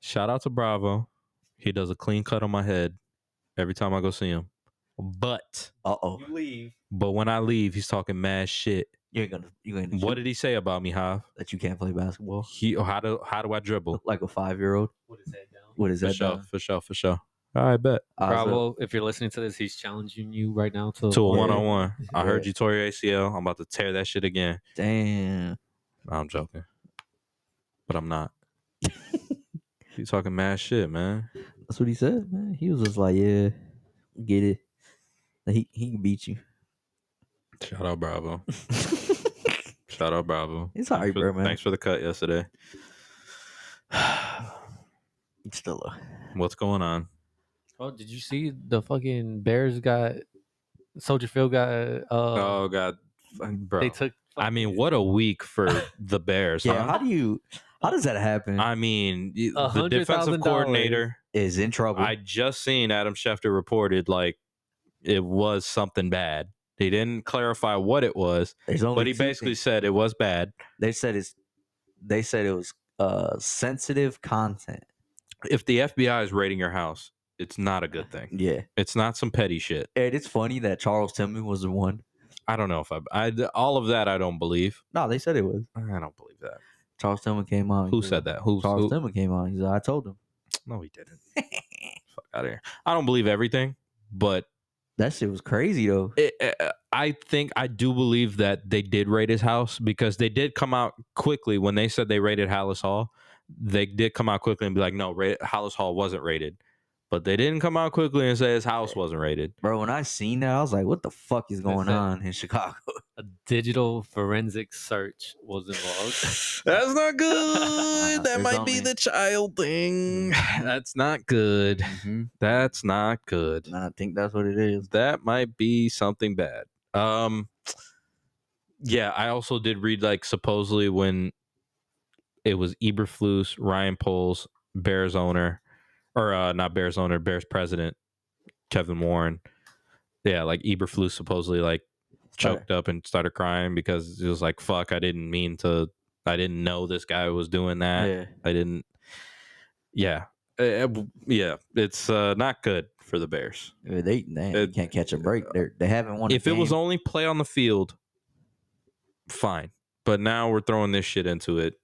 Speaker 1: Shout out to Bravo. He does a clean cut on my head every time I go see him. But
Speaker 3: Uh oh.
Speaker 2: You leave.
Speaker 1: but when I leave, he's talking mad shit.
Speaker 3: You ain't gonna. You ain't.
Speaker 1: What did he say about me, Hav?
Speaker 3: that you can't play basketball
Speaker 1: He oh, how do how do I dribble?
Speaker 3: like a five year old?
Speaker 2: What is that down?
Speaker 3: What is
Speaker 1: For
Speaker 3: that?
Speaker 1: sure,
Speaker 3: dog?
Speaker 1: for sure, for sure. All right, bet.
Speaker 3: Uh, so-
Speaker 2: Bravo, if you're listening to this, he's challenging you right now to,
Speaker 1: to a
Speaker 3: Oh, Yeah.
Speaker 1: one on one. I heard
Speaker 3: Yeah.
Speaker 1: you tore your ACL. I'm about to tear that shit again.
Speaker 3: Damn.
Speaker 1: No, I'm joking, but I'm
Speaker 3: (laughs)
Speaker 1: not. you talking mad shit, man.
Speaker 3: That's what he said, man. He was just like, yeah, get it. He he can beat you. (laughs)
Speaker 1: Shout out Bravo. Shout out Bravo.
Speaker 3: It's all right,
Speaker 1: Thanks for-
Speaker 3: bro, man.
Speaker 1: Thanks for the cut yesterday.
Speaker 3: It's still a.
Speaker 1: What's going on?
Speaker 2: Oh, did you see the fucking Bears got Soldier Field got uh
Speaker 1: oh God, Fuck, bro.
Speaker 2: they took
Speaker 1: I mean, what a week for
Speaker 3: (laughs)
Speaker 1: the Bears.
Speaker 3: Yeah.
Speaker 1: huh?
Speaker 3: How do you? How does that happen?
Speaker 1: I mean, y-
Speaker 2: A
Speaker 1: the
Speaker 2: hundred
Speaker 1: defensive
Speaker 2: thousand
Speaker 1: coordinator.
Speaker 3: is in trouble.
Speaker 1: I just seen Adam Schefter reported like it was something bad. He didn't clarify what it was,
Speaker 3: There's only.
Speaker 1: but he
Speaker 3: two
Speaker 1: basically
Speaker 3: things.
Speaker 1: said it was bad.
Speaker 3: they said it's. They said it was uh sensitive content.
Speaker 1: If the FBI is raiding your house, it's not a good thing.
Speaker 3: Yeah,
Speaker 1: It's not some petty shit.
Speaker 3: and it's funny that Charles Tillman was the one.
Speaker 1: I don't know if I, I all of that I don't believe.
Speaker 3: No, they said it was
Speaker 1: I don't believe that.
Speaker 3: Charles Tillman came on.
Speaker 1: Who said that? Who,
Speaker 3: Charles
Speaker 1: who
Speaker 3: Tillman came on. He's like, I told him.
Speaker 1: No, he didn't. Fuck out of here. I don't believe everything, but
Speaker 3: That shit was crazy though.
Speaker 1: it, uh, I think I do believe that they did raid his house because they did come out quickly when they said they raided Hallis Hall. They did come out quickly and be like, no, ra- Hallis Hall wasn't raided. But they didn't come out quickly and say his house wasn't raided.
Speaker 3: Bro, when I seen that, I was like, what the fuck is going
Speaker 2: it.
Speaker 3: on
Speaker 1: (laughs)
Speaker 3: in Chicago?
Speaker 2: A digital forensic search was involved.
Speaker 1: (laughs)
Speaker 2: (laughs)
Speaker 1: That's not good. That
Speaker 3: It's
Speaker 1: might
Speaker 3: on
Speaker 1: be
Speaker 3: me.
Speaker 1: the child thing. (laughs) That's not good. That's not good.
Speaker 3: And I think that's what it is.
Speaker 1: that might be something bad. Um yeah, I also did read like supposedly when it was Eberflus, Ryan Poles, Bears owner, or uh not Bears owner, Bears president, Kevin Warren. Yeah, like Eberflus supposedly like choked up and started crying because it was like, fuck, I didn't mean to I didn't know this guy was doing that.
Speaker 3: Yeah.
Speaker 1: I didn't yeah. Uh, yeah, it's uh, not good for the Bears.
Speaker 3: Yeah, They, they
Speaker 1: It-
Speaker 3: can't catch a break. They're, they haven't won. a
Speaker 1: If it was
Speaker 3: game.
Speaker 1: only play on the field, fine. But now we're throwing this shit into it.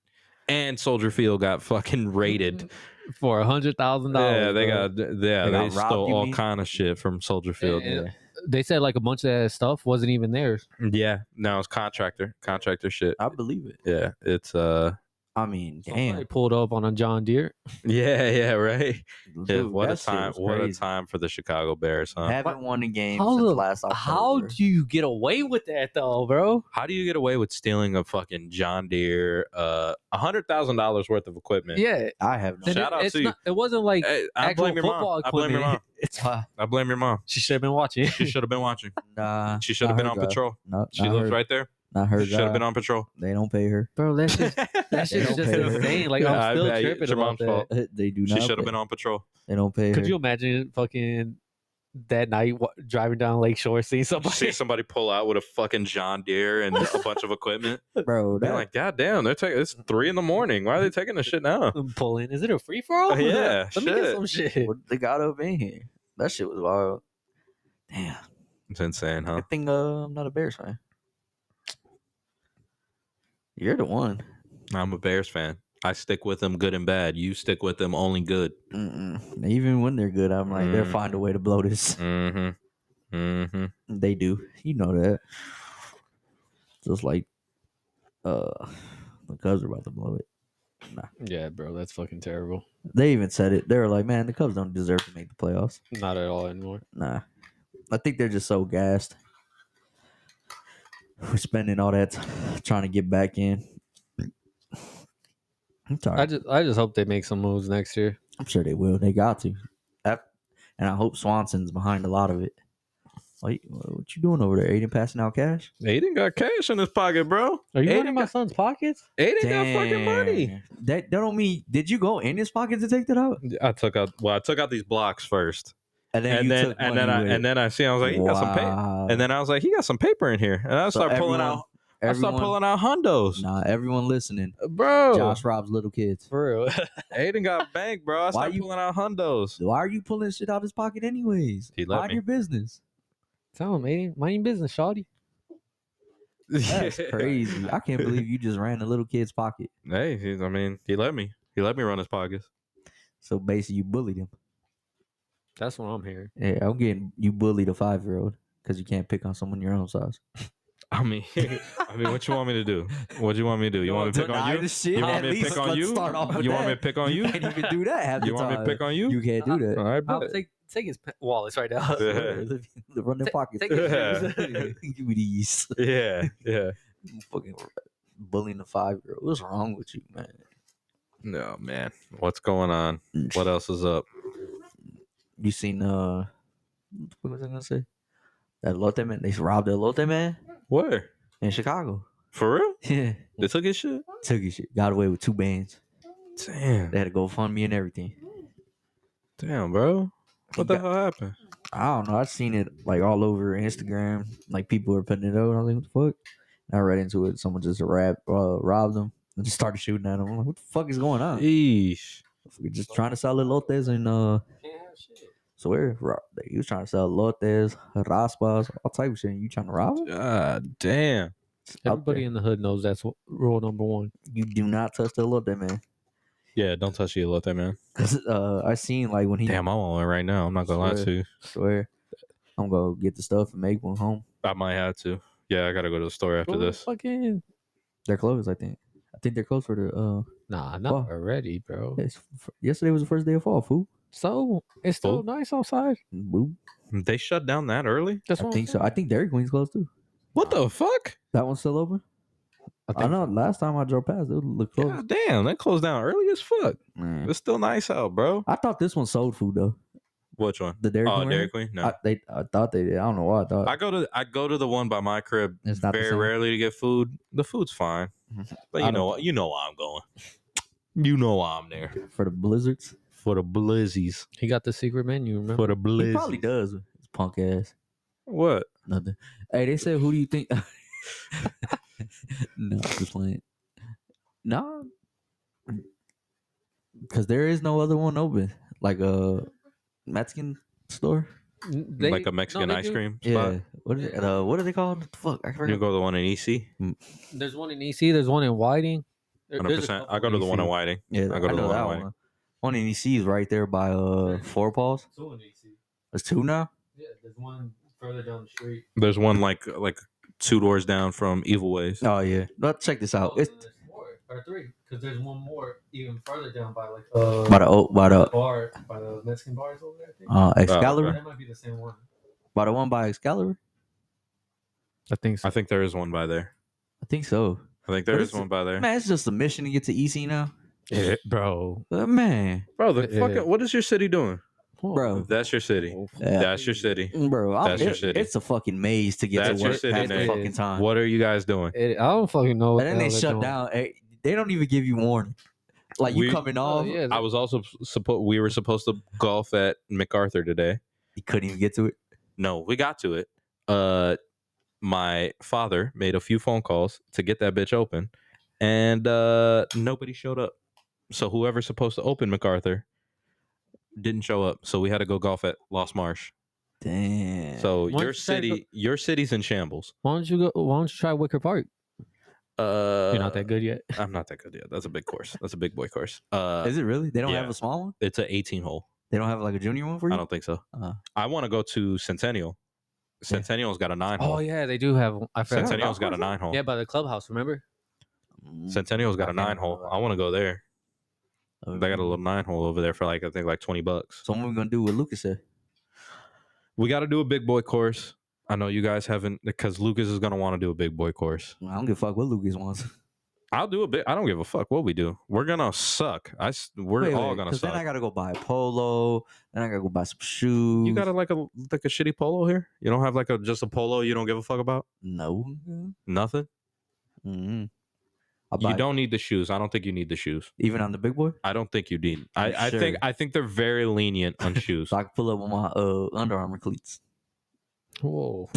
Speaker 1: And Soldier Field got
Speaker 3: (laughs)
Speaker 1: fucking raided.
Speaker 2: for a hundred thousand dollars.
Speaker 1: yeah, they got yeah,
Speaker 3: uh, They
Speaker 1: they,
Speaker 3: got robbed,
Speaker 1: stole
Speaker 3: you
Speaker 1: all
Speaker 3: mean?
Speaker 1: kind of shit from Soldier Field.
Speaker 2: And- They said like a bunch of that stuff wasn't even theirs.
Speaker 1: yeah, now it's contractor, contractor shit.
Speaker 3: I believe it.
Speaker 1: Yeah, it's
Speaker 3: (laughs)
Speaker 1: uh,
Speaker 3: I mean,
Speaker 2: Somebody
Speaker 3: damn.
Speaker 2: pulled up on a John Deere.
Speaker 1: yeah, yeah, right. Yeah,
Speaker 3: Dude,
Speaker 1: what a
Speaker 3: that shit
Speaker 1: time!
Speaker 3: was
Speaker 1: What a
Speaker 3: crazy.
Speaker 1: time for the Chicago Bears, huh?
Speaker 3: Haven't won a game
Speaker 2: How
Speaker 3: since
Speaker 2: the-
Speaker 3: last October.
Speaker 2: How do you get away with that though, bro?
Speaker 1: How do you get away with stealing a fucking John Deere, uh, a hundred thousand dollars worth of equipment?
Speaker 2: Yeah,
Speaker 3: I have no.
Speaker 2: and
Speaker 1: Shout
Speaker 2: it,
Speaker 1: out
Speaker 2: it's
Speaker 1: to you.
Speaker 2: not, It wasn't like
Speaker 1: Hey, I
Speaker 2: actual
Speaker 1: blame your mom.
Speaker 2: football
Speaker 1: I blame your mom.
Speaker 2: equipment.
Speaker 3: (laughs)
Speaker 2: It's
Speaker 3: Uh,
Speaker 1: I blame your mom.
Speaker 2: she should have been watching. (laughs)
Speaker 1: She should have been
Speaker 3: (laughs)
Speaker 1: watching.
Speaker 3: nah,
Speaker 1: She should
Speaker 3: not
Speaker 1: have been
Speaker 3: her
Speaker 1: on
Speaker 3: job.
Speaker 1: patrol.
Speaker 3: No,
Speaker 1: She
Speaker 3: not
Speaker 1: lives
Speaker 3: her-
Speaker 1: right there.
Speaker 3: Not her.
Speaker 1: She should have been
Speaker 3: job.
Speaker 1: on patrol.
Speaker 3: They don't pay her.
Speaker 2: Bro, that's just that
Speaker 3: They
Speaker 2: shit's
Speaker 3: don't
Speaker 2: just
Speaker 3: pay her.
Speaker 2: insane. Like
Speaker 1: Yeah, I
Speaker 2: I'm still
Speaker 1: bet it's
Speaker 2: tripping
Speaker 1: your
Speaker 2: about
Speaker 1: mom's
Speaker 2: that.
Speaker 1: fault.
Speaker 3: (laughs) They do not.
Speaker 1: She should have
Speaker 3: pay-
Speaker 1: been on
Speaker 3: (laughs)
Speaker 1: patrol.
Speaker 3: They don't pay
Speaker 2: Could
Speaker 3: her.
Speaker 2: you imagine fucking that night wa- driving down Lakeshore seeing
Speaker 1: See
Speaker 2: (laughs) somebody?
Speaker 1: somebody pull out with a fucking John Deere and
Speaker 3: (laughs)
Speaker 1: a bunch of equipment.
Speaker 3: bro?
Speaker 1: Be
Speaker 3: That,
Speaker 1: like, God damn, they're taking it's three in the morning. Why are they taking this shit now?
Speaker 2: Pulling, is it a free for all?
Speaker 1: Oh, yeah,
Speaker 2: (laughs) let me
Speaker 1: shit.
Speaker 2: get some shit.
Speaker 3: what they got up in here. That shit was wild. Damn.
Speaker 1: It's insane, huh?
Speaker 3: Good thing uh, I'm not a Bears fan. You're the one.
Speaker 1: I'm a Bears fan. I stick with them good and bad. You stick with them only good.
Speaker 3: Mm-mm. Even when they're good, I'm like, they'll find a
Speaker 1: Mm.
Speaker 3: way to blow this. (laughs)
Speaker 1: Mm-hmm. Mm-hmm.
Speaker 3: They do. You know that. Just like uh the Cubs are about to blow it.
Speaker 2: Yeah, bro, that's fucking terrible.
Speaker 3: They even said it. They were like, man, the Cubs don't deserve to make the playoffs.
Speaker 2: Not at all anymore.
Speaker 3: Nah. I think they're just so gassed. We're spending all that t- trying to get back in. I'm tired.
Speaker 2: I just, I just hope they make some moves next year.
Speaker 3: I'm sure they will. They got to. That- And I hope Swanson's behind a lot of it. Like, what you doing over there? Aiden passing out cash?
Speaker 1: Aiden got cash in his pocket, bro.
Speaker 2: Are you
Speaker 1: Aiden
Speaker 2: going in my son's pockets?
Speaker 1: Aiden got fucking money.
Speaker 3: Damn. That that don't mean. Did you go in his pocket to take that out?
Speaker 1: I took out well, I took out these blocks first.
Speaker 3: And
Speaker 1: And
Speaker 3: you
Speaker 1: then
Speaker 3: took
Speaker 1: and then
Speaker 3: money
Speaker 1: I
Speaker 3: with it.
Speaker 1: and then I see I was like, he got some paper.
Speaker 3: Wow.
Speaker 1: And then I was like, he got some paper in here. And I
Speaker 3: So
Speaker 1: start pulling out I start pulling Oh. out hondos.
Speaker 3: Nah, everyone listening.
Speaker 1: Bro,
Speaker 3: Josh Rob's little kids.
Speaker 2: For real. (laughs)
Speaker 1: Aiden
Speaker 3: (laughs)
Speaker 1: got banked, bro. I
Speaker 3: Why
Speaker 1: start
Speaker 3: you-
Speaker 1: pulling out hondos.
Speaker 3: Why are you pulling shit out of his pocket anyways?
Speaker 1: He let
Speaker 3: Mind
Speaker 1: me.
Speaker 3: your business.
Speaker 2: Tell him, Aiden, mind your business, Shawty.
Speaker 3: That's (laughs)
Speaker 1: (laughs)
Speaker 3: crazy. I can't believe you just ran a little kid's pocket.
Speaker 1: Hey, he- I mean, he let me. He let me run his pockets.
Speaker 3: (laughs) So basically, you bullied him.
Speaker 2: That's what
Speaker 1: (laughs)
Speaker 2: I'm hearing.
Speaker 3: Yeah, I'm getting you bullied a five year old because you can't pick on someone your own size.
Speaker 1: I mean, I mean, what you want me to do? What you want me to do? You want me to pick on you? You want me to pick on you? You want me to pick on you?
Speaker 3: You can't even do that. Half
Speaker 1: You
Speaker 3: the
Speaker 1: want me to
Speaker 3: time.
Speaker 1: pick on you?
Speaker 3: You can't do that. (laughs)
Speaker 1: All right,
Speaker 2: (laughs) I'll
Speaker 1: bet.
Speaker 2: take, take his pe- wallets right now.
Speaker 1: (laughs)
Speaker 2: (laughs)
Speaker 1: Yeah.
Speaker 3: Run their
Speaker 2: Ta-
Speaker 3: pockets.
Speaker 2: take
Speaker 1: his
Speaker 3: Give (laughs)
Speaker 2: shoes.
Speaker 3: me these.
Speaker 1: Yeah, yeah.
Speaker 3: Fucking bullying a five year old. What's wrong with you, man?
Speaker 1: No, man. What's going
Speaker 3: (laughs)
Speaker 1: on? What else is up?
Speaker 3: You seen uh what was I gonna say? That Lotte man, they robbed that Lotte man
Speaker 1: Where?
Speaker 3: in Chicago. (laughs)
Speaker 1: For real?
Speaker 3: Yeah.
Speaker 1: They took his shit?
Speaker 3: Took his shit. Got away with two bands.
Speaker 1: Damn.
Speaker 3: They had to go fund me and everything.
Speaker 1: Damn, bro. What the
Speaker 3: Got-
Speaker 1: hell happened?
Speaker 3: I don't know. I've seen it like all over Instagram. Like people were putting it out. I was like, what the fuck? And I read into it. Someone just rap, uh, robbed them and just started shooting at them. I'm like, what the fuck is going on?
Speaker 1: Eesh.
Speaker 3: We're just trying to sell the lotes and uh, swear ro- he was trying to sell lotes, raspas, all type of shit. And you trying to rob them?
Speaker 1: God damn.
Speaker 2: Everybody in the hood knows that's wh- rule number one.
Speaker 3: you do not touch the lote, man.
Speaker 1: Yeah, don't touch the elote, man.
Speaker 3: Cause uh, I seen like when he
Speaker 1: Damn, I want one right now. I'm not gonna lie to you.
Speaker 3: swear, I'm gonna get the stuff and make one home.
Speaker 1: I might have to. Yeah, I gotta go to the store after
Speaker 2: Go
Speaker 1: this.
Speaker 2: Fucking
Speaker 3: They're closed, I think. I think they're closed for the. Uh,
Speaker 2: nah, not
Speaker 3: Well,
Speaker 2: already, bro.
Speaker 3: it's f- yesterday was the first day of fall. Food,
Speaker 2: So it's still
Speaker 1: Food?
Speaker 2: nice outside.
Speaker 3: boo.
Speaker 1: Mm, They shut down that early?
Speaker 2: That's
Speaker 3: I
Speaker 2: what
Speaker 3: think so. I think Dairy Queen's closed too.
Speaker 1: What the fuck?
Speaker 3: That one's still open. I, know. Last time I drove past, it looked closed.
Speaker 1: God damn, that closed down early as fuck.
Speaker 3: Man.
Speaker 1: It's still nice out, bro.
Speaker 3: I thought this one sold food though.
Speaker 1: Which one?
Speaker 3: The Dairy
Speaker 1: Oh,
Speaker 3: Queen.
Speaker 1: Dairy Queen? No.
Speaker 3: I, uh, they, I thought they did. I don't know why. I thought
Speaker 1: I go to I go to the one by my crib
Speaker 3: It's not the
Speaker 1: very
Speaker 3: same.
Speaker 1: rarely to get food. The food's fine,
Speaker 3: Mhm.
Speaker 1: but
Speaker 3: I
Speaker 1: you
Speaker 3: don't
Speaker 1: know what? You know why I'm going. You know why I'm there
Speaker 3: for the blizzards.
Speaker 1: for the blizzies.
Speaker 2: He got the secret menu. Remember?
Speaker 1: the blizzies.
Speaker 3: He probably does. It's punk ass.
Speaker 1: What?
Speaker 3: Nothing. Hey, they said, who do you think? (laughs) no, I'm just playing. Nah, because there is no other one open. Like a Mexican store.
Speaker 2: N- they-
Speaker 1: like a
Speaker 2: no,
Speaker 1: Mexican
Speaker 2: they
Speaker 1: ice
Speaker 2: do-
Speaker 1: cream
Speaker 3: Yeah.
Speaker 1: spot?
Speaker 3: What is it? Uh, what are they called? Fuck, I
Speaker 1: You
Speaker 3: forgot.
Speaker 1: go to the one in E EC?
Speaker 2: There's one in EC. There's one in Whiting. There-
Speaker 1: Hundred
Speaker 2: there's a
Speaker 1: percent.
Speaker 2: couple E
Speaker 1: I go to the one in
Speaker 2: EC.
Speaker 1: Whiting.
Speaker 3: Yeah,
Speaker 1: I
Speaker 3: I,
Speaker 1: go to the
Speaker 3: know
Speaker 1: one
Speaker 3: that
Speaker 1: in
Speaker 3: one.
Speaker 1: Whiting.
Speaker 3: One, in EC is right there by uh Four Paws.
Speaker 2: Two in EC.
Speaker 3: It's two now.
Speaker 2: Yeah, there's one further down the street.
Speaker 1: There's one like like two doors down from Evil Ways.
Speaker 3: Oh yeah. But check this out.
Speaker 2: Oh,
Speaker 3: It's
Speaker 2: so there's more or three because there's one more even further down by like uh,
Speaker 3: by the oh, by the
Speaker 2: bar by the Mexican bars over there. I think.
Speaker 3: uh, Excalibur.
Speaker 1: Oh, okay.
Speaker 2: That might be the same one.
Speaker 3: By the one by Excalibur.
Speaker 2: I think
Speaker 1: I think there is one by there.
Speaker 3: I think so.
Speaker 1: I think there
Speaker 3: What
Speaker 1: is
Speaker 3: is
Speaker 1: one by there.
Speaker 3: Man, it's just a mission to get to EC now.
Speaker 1: Yeah.
Speaker 2: bro.
Speaker 3: But man,
Speaker 1: Bro, the
Speaker 2: Yeah.
Speaker 1: fucking, what is your city doing?
Speaker 3: Bro.
Speaker 1: That's your city.
Speaker 2: Oh,
Speaker 3: Yeah.
Speaker 1: That's your city.
Speaker 3: bro, I'm,
Speaker 1: That's your
Speaker 3: it-
Speaker 1: city.
Speaker 3: it's a fucking maze to get
Speaker 1: That's
Speaker 3: to
Speaker 1: your
Speaker 3: work
Speaker 1: city,
Speaker 3: at the
Speaker 1: Nate.
Speaker 3: fucking time.
Speaker 1: What are you guys doing?
Speaker 2: It, I don't fucking know. what
Speaker 3: And then
Speaker 2: the
Speaker 3: they
Speaker 2: hell they're
Speaker 3: shut
Speaker 2: doing.
Speaker 3: down. eh, They don't even give you warning. Like you
Speaker 1: We-
Speaker 3: coming
Speaker 2: Oh,
Speaker 3: off,
Speaker 2: yeah,
Speaker 1: I was also supposed. We were supposed to golf at MacArthur today.
Speaker 3: you couldn't even get to it.
Speaker 1: No, we got to it. Uh, my father made a few phone calls to get that bitch open, and uh, nobody showed up. So whoever's supposed to open MacArthur didn't show up. So we had to go golf at Lost Marsh.
Speaker 3: Damn.
Speaker 1: So
Speaker 2: Why don't
Speaker 1: your
Speaker 2: you try to
Speaker 1: city,
Speaker 2: go-
Speaker 1: your city's in shambles.
Speaker 2: why don't you go? Why don't you try Wicker Park?
Speaker 1: Uh,
Speaker 2: You're not that good yet.
Speaker 1: I'm not that good yet. That's a big course. That's a big boy course. Uh,
Speaker 3: is it really? They don't have
Speaker 1: yeah.
Speaker 3: a small one.
Speaker 1: it's a 18 hole.
Speaker 3: They don't have like a junior one for you.
Speaker 1: I don't think so.
Speaker 3: Uh-huh.
Speaker 1: I want to go to Centennial. Centennial's got a nine hole.
Speaker 2: Oh yeah, they do have. one. I forgot.
Speaker 3: Centennial.
Speaker 1: Centennial's got a
Speaker 3: Golf course?
Speaker 1: nine hole.
Speaker 2: Yeah, by the clubhouse. Remember?
Speaker 3: Mm,
Speaker 1: Centennial's got a
Speaker 3: I can't
Speaker 1: nine hole.
Speaker 3: remember.
Speaker 1: I want to go there. They got a little nine hole over there for like I think like twenty bucks.
Speaker 3: So what we gonna do with Lucas said?
Speaker 1: We got to do a big boy course. I know you guys haven't because Lucas is gonna want to do a big boy course.
Speaker 3: I don't give a fuck what Lucas wants.
Speaker 1: I'll do a bit. I don't give a fuck what we do. We're gonna suck. I s- (laughs) we're
Speaker 3: Wait,
Speaker 1: all
Speaker 3: wait,
Speaker 1: gonna
Speaker 3: 'cause
Speaker 1: suck.
Speaker 3: Then I gotta go buy a polo. Then I gotta go buy some shoes.
Speaker 1: you got a, like a like a shitty polo here. You don't have like a just a polo. You don't give a fuck about
Speaker 3: no.
Speaker 1: nothing.
Speaker 3: Mm-hmm. I
Speaker 1: You don't need the shoes. I don't think you need the shoes.
Speaker 3: even on the big boy.
Speaker 1: I don't think you need.
Speaker 3: You
Speaker 1: I, I
Speaker 3: sure?
Speaker 1: think I think they're very lenient
Speaker 3: (laughs)
Speaker 1: on shoes.
Speaker 3: So I can pull up with my uh, Under Armour cleats.
Speaker 2: (laughs)
Speaker 3: (laughs)
Speaker 2: Whoa.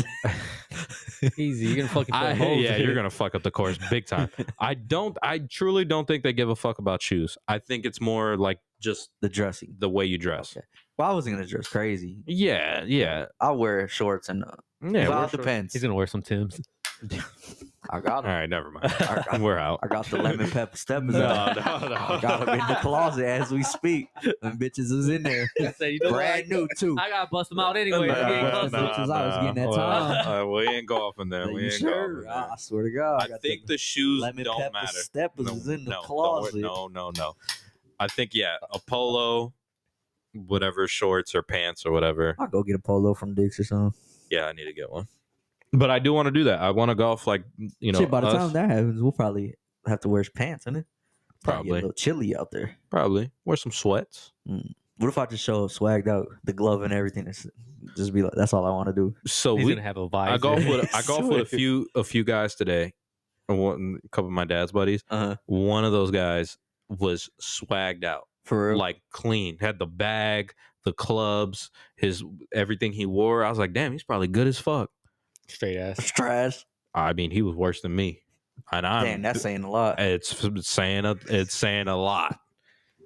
Speaker 2: Easy. You're
Speaker 1: (laughs)
Speaker 2: gonna fucking.
Speaker 1: I,
Speaker 2: put holes
Speaker 1: yeah,
Speaker 2: in
Speaker 1: you're
Speaker 2: it.
Speaker 1: gonna fuck up the course big time. I don't. I truly don't think they give a fuck about shoes. I think it's more like just
Speaker 3: (laughs) The dressing.
Speaker 1: the way you dress.
Speaker 3: Okay. Well, I wasn't gonna dress crazy.
Speaker 1: Yeah, yeah,
Speaker 3: I wear shorts and uh,
Speaker 1: yeah.
Speaker 3: well,
Speaker 1: we're
Speaker 3: it
Speaker 1: sure-
Speaker 3: depends.
Speaker 2: He's gonna wear some (laughs) Tims.
Speaker 1: (laughs)
Speaker 3: I got
Speaker 1: All
Speaker 3: 'em.
Speaker 1: right, never
Speaker 3: (laughs)
Speaker 1: mind.
Speaker 3: I got-
Speaker 1: we're out.
Speaker 3: I got the
Speaker 1: (laughs)
Speaker 3: lemon pepper steppers.
Speaker 1: No,
Speaker 3: (laughs) out.
Speaker 1: no, no.
Speaker 3: I got them in
Speaker 1: (laughs)
Speaker 3: the closet as we speak. Them bitches is in there,
Speaker 2: you
Speaker 3: brand new too.
Speaker 2: I gotta bust them out anyway.
Speaker 3: Nah,
Speaker 2: I'm getting
Speaker 3: nah,
Speaker 2: closer.
Speaker 3: nah. bitches, I was getting that
Speaker 1: Well, uh, we ain't golfing there.
Speaker 3: You
Speaker 1: We ain't
Speaker 3: sure?
Speaker 1: golfing.
Speaker 3: I, I
Speaker 1: there.
Speaker 3: swear to God,
Speaker 1: I
Speaker 3: got
Speaker 1: think the shoes
Speaker 3: lemon
Speaker 1: don't
Speaker 3: pepper
Speaker 1: matter.
Speaker 3: steppers is in the
Speaker 1: don't wor-
Speaker 3: closet.
Speaker 1: No, no, no. I think yeah, a polo, whatever shorts or pants or whatever.
Speaker 3: I'll go get a polo from Dick's or something.
Speaker 1: Yeah, I need to get one. But I do want to do that. I want to golf like you know.
Speaker 3: Shit, by the
Speaker 1: us-
Speaker 3: time that happens, we'll probably have to wear pants, isn't it? Probably, get
Speaker 1: Probably.
Speaker 3: a little chilly out there.
Speaker 1: Probably wear some sweats.
Speaker 3: What if I just show up swagged out, the glove and everything, and s- just be like, "That's all I want to do."
Speaker 1: So
Speaker 2: He's
Speaker 1: we,
Speaker 2: gonna have a vibe.
Speaker 1: I golf
Speaker 2: (laughs)
Speaker 1: with I
Speaker 3: I
Speaker 1: golf with a
Speaker 3: swear.
Speaker 1: few a few guys today. and One, a couple of my dad's buddies.
Speaker 3: Uh-huh.
Speaker 1: One of those guys was swagged out,
Speaker 3: For real,
Speaker 1: like clean. Had the bag, the clubs, his everything he wore. I was like, damn, he's probably good as fuck.
Speaker 2: straight ass.
Speaker 3: it's trash.
Speaker 1: I mean, he was worse than me, and I.
Speaker 3: Damn, that's saying a lot.
Speaker 1: it's saying a, it's saying a lot.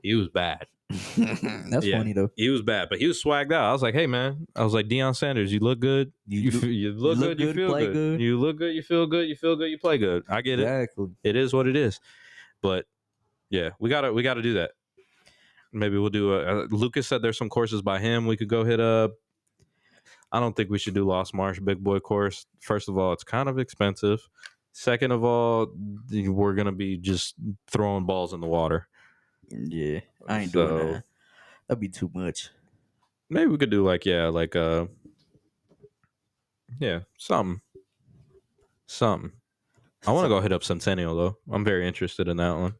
Speaker 1: He was bad.
Speaker 3: (laughs) that's
Speaker 1: Yeah.
Speaker 3: funny though.
Speaker 1: He was bad, but he was swagged out. I was like, "Hey, man!" I was like, "Deion Sanders, you look good.
Speaker 3: You,
Speaker 1: You,
Speaker 3: do-
Speaker 1: f- you look,
Speaker 3: look
Speaker 1: good, You
Speaker 3: good,
Speaker 1: feel
Speaker 3: play
Speaker 1: good.
Speaker 3: good.
Speaker 1: You look good. You feel good. You feel good. You play good. I get it.
Speaker 3: exactly.
Speaker 1: It is what it is. But Yeah, we gotta we gotta do that. Maybe we'll do a, uh, Lucas said there's some courses by him we could go hit up. I don't think we should do Lost Marsh Big Boy course. First of all, it's kind of expensive. Second of all, we're gonna be just throwing balls in the water.
Speaker 3: Yeah, I ain't
Speaker 1: So-
Speaker 3: doing that. That'd be too much.
Speaker 1: Maybe we could do like yeah, like uh, yeah, something, something. I want to go hit up Centennial though. I'm very interested in that one.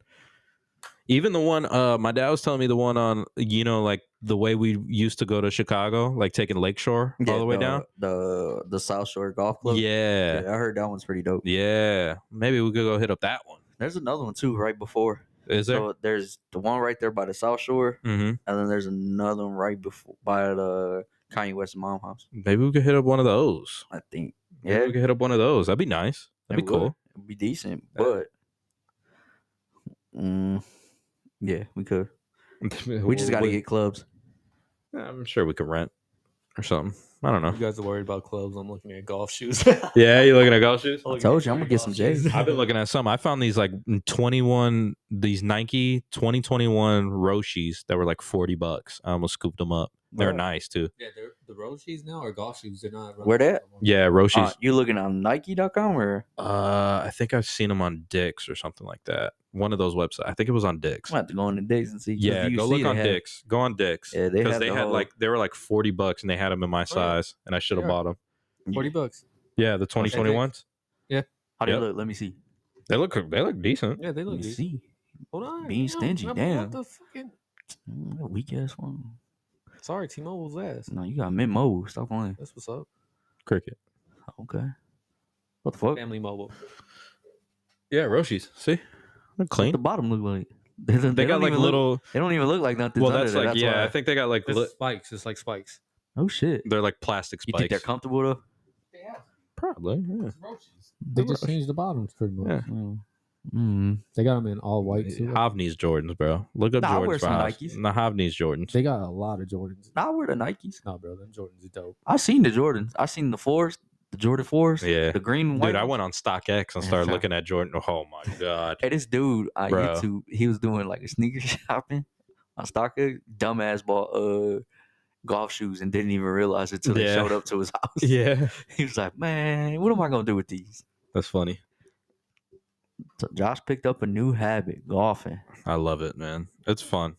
Speaker 1: Even the one, uh, my dad was telling me the one on, you know, like the way we used to go to Chicago, like taking Lakeshore
Speaker 3: Yeah,
Speaker 1: all the way down.
Speaker 3: the the South Shore Golf Club.
Speaker 1: Yeah.
Speaker 3: Yeah,
Speaker 1: yeah,
Speaker 3: I heard that one's pretty dope.
Speaker 1: Maybe we could go hit up that one.
Speaker 3: There's another one too, right before.
Speaker 1: Is there?
Speaker 3: So there's the one right there by the South Shore,
Speaker 1: mm-hmm.
Speaker 3: and then there's another one right before by the Kanye West mom house.
Speaker 1: Maybe we could hit up one of those.
Speaker 3: I think.
Speaker 1: Maybe
Speaker 3: Yeah,
Speaker 1: we could hit up one of those. That'd be nice. That'd
Speaker 3: it
Speaker 1: be
Speaker 3: would.
Speaker 1: cool.
Speaker 3: It'd be decent,
Speaker 1: Yeah.
Speaker 3: but Mm, yeah, we could. (laughs) We just gotta get clubs.
Speaker 1: I'm sure we could rent or something. I don't know.
Speaker 2: You guys are worried about clubs. I'm looking at golf shoes. (laughs)
Speaker 1: Yeah, (laughs) you looking at golf shoes?
Speaker 3: I told you, I'm gonna get some J's.
Speaker 1: I've been looking at some. I found these like 21, these Nike 2021 Roshis that were like 40 bucks. I almost scooped them up. They're
Speaker 3: Bruh.
Speaker 1: nice too.
Speaker 2: (laughs) Yeah, they're, the road shoes now are golf shoes. They're not.
Speaker 3: Where they at?
Speaker 1: Yeah,
Speaker 3: Uh,
Speaker 1: Roshis.
Speaker 3: you looking on Nike.com or
Speaker 1: Uh, I think I've seen them on Dicks or something like that. One of those websites. I think it was on Dicks.
Speaker 3: I'm gonna have to go on the days and see. 'cause
Speaker 1: Yeah,
Speaker 3: you
Speaker 1: go
Speaker 3: see
Speaker 1: look
Speaker 3: they
Speaker 1: on
Speaker 3: have-
Speaker 1: Dicks. Go on Dicks.
Speaker 3: Yeah, they
Speaker 1: Because
Speaker 3: have
Speaker 1: they
Speaker 3: the
Speaker 1: had
Speaker 3: whole-
Speaker 1: like, they were like 40 bucks and they had them in my size and I should have
Speaker 2: Yeah.
Speaker 1: bought them.
Speaker 2: Forty bucks.
Speaker 1: Yeah, the 2021s.
Speaker 3: How do
Speaker 1: Yep.
Speaker 3: you look? Let me see.
Speaker 1: They look, they look decent.
Speaker 2: Yeah, they
Speaker 3: Let
Speaker 2: look.
Speaker 3: me
Speaker 2: good.
Speaker 3: see.
Speaker 2: Hold on.
Speaker 3: Being
Speaker 2: damn,
Speaker 3: stingy,
Speaker 2: I bought
Speaker 3: damn.
Speaker 2: The fucking...
Speaker 3: Mm, that Weak ass one.
Speaker 2: Sorry, T-Mobile's ass.
Speaker 3: No, you got mid mobile. Stop playing.
Speaker 2: That's what's up.
Speaker 1: Cricket.
Speaker 3: Okay. What the fuck?
Speaker 2: Family mobile.
Speaker 1: Yeah, Roshis. See? They're
Speaker 3: What
Speaker 1: clean.
Speaker 3: the bottom look like? (laughs) They, don't-
Speaker 1: They,
Speaker 3: they
Speaker 1: got
Speaker 3: don't
Speaker 1: like
Speaker 3: even look-
Speaker 1: little.
Speaker 3: they don't even look like nothing.
Speaker 1: well, that's like yeah. I think they got like
Speaker 2: It's
Speaker 1: li-
Speaker 2: spikes. It's like spikes.
Speaker 3: Oh shit.
Speaker 1: they're like plastic
Speaker 3: You
Speaker 1: spikes.
Speaker 3: think they're comfortable though?
Speaker 4: Yeah,
Speaker 1: probably? Yeah.
Speaker 4: it's roaches.
Speaker 2: They just changed the bottoms pretty much.
Speaker 1: Yeah.
Speaker 3: Mm. Oh, (laughs) Mm.
Speaker 2: They got them in all white too.
Speaker 1: Hovni's Jordans, bro. Look up
Speaker 3: Nah, I
Speaker 1: Jordans
Speaker 3: wear
Speaker 1: for
Speaker 3: some
Speaker 1: Hovs.
Speaker 3: Nikes.
Speaker 1: Nah, Hovni's (laughs) Jordans.
Speaker 2: They got a lot of Jordans.
Speaker 3: Nah, I wear the Nikes.
Speaker 2: Nah, bro, them Jordans are dope.
Speaker 3: I seen the Jordans. I seen the fours, the Jordan fours,
Speaker 1: Yeah,
Speaker 3: the green and white.
Speaker 1: dude. I
Speaker 3: ones.
Speaker 1: went on StockX and started
Speaker 3: Yeah.
Speaker 1: looking at Jordan. Oh
Speaker 3: (laughs)
Speaker 1: my god.
Speaker 3: Hey, this dude on
Speaker 1: Bro.
Speaker 3: YouTube, he was doing like a sneaker (laughs) shopping on Stocker. Dumbass bought uh golf shoes and didn't even realize it till they
Speaker 1: Yeah.
Speaker 3: showed up to his (laughs) house.
Speaker 1: yeah,
Speaker 3: He was like, "Man, what am I gonna do with these?"
Speaker 1: that's funny.
Speaker 3: So Josh picked up a new habit: golfing.
Speaker 1: I love it, man. It's fun.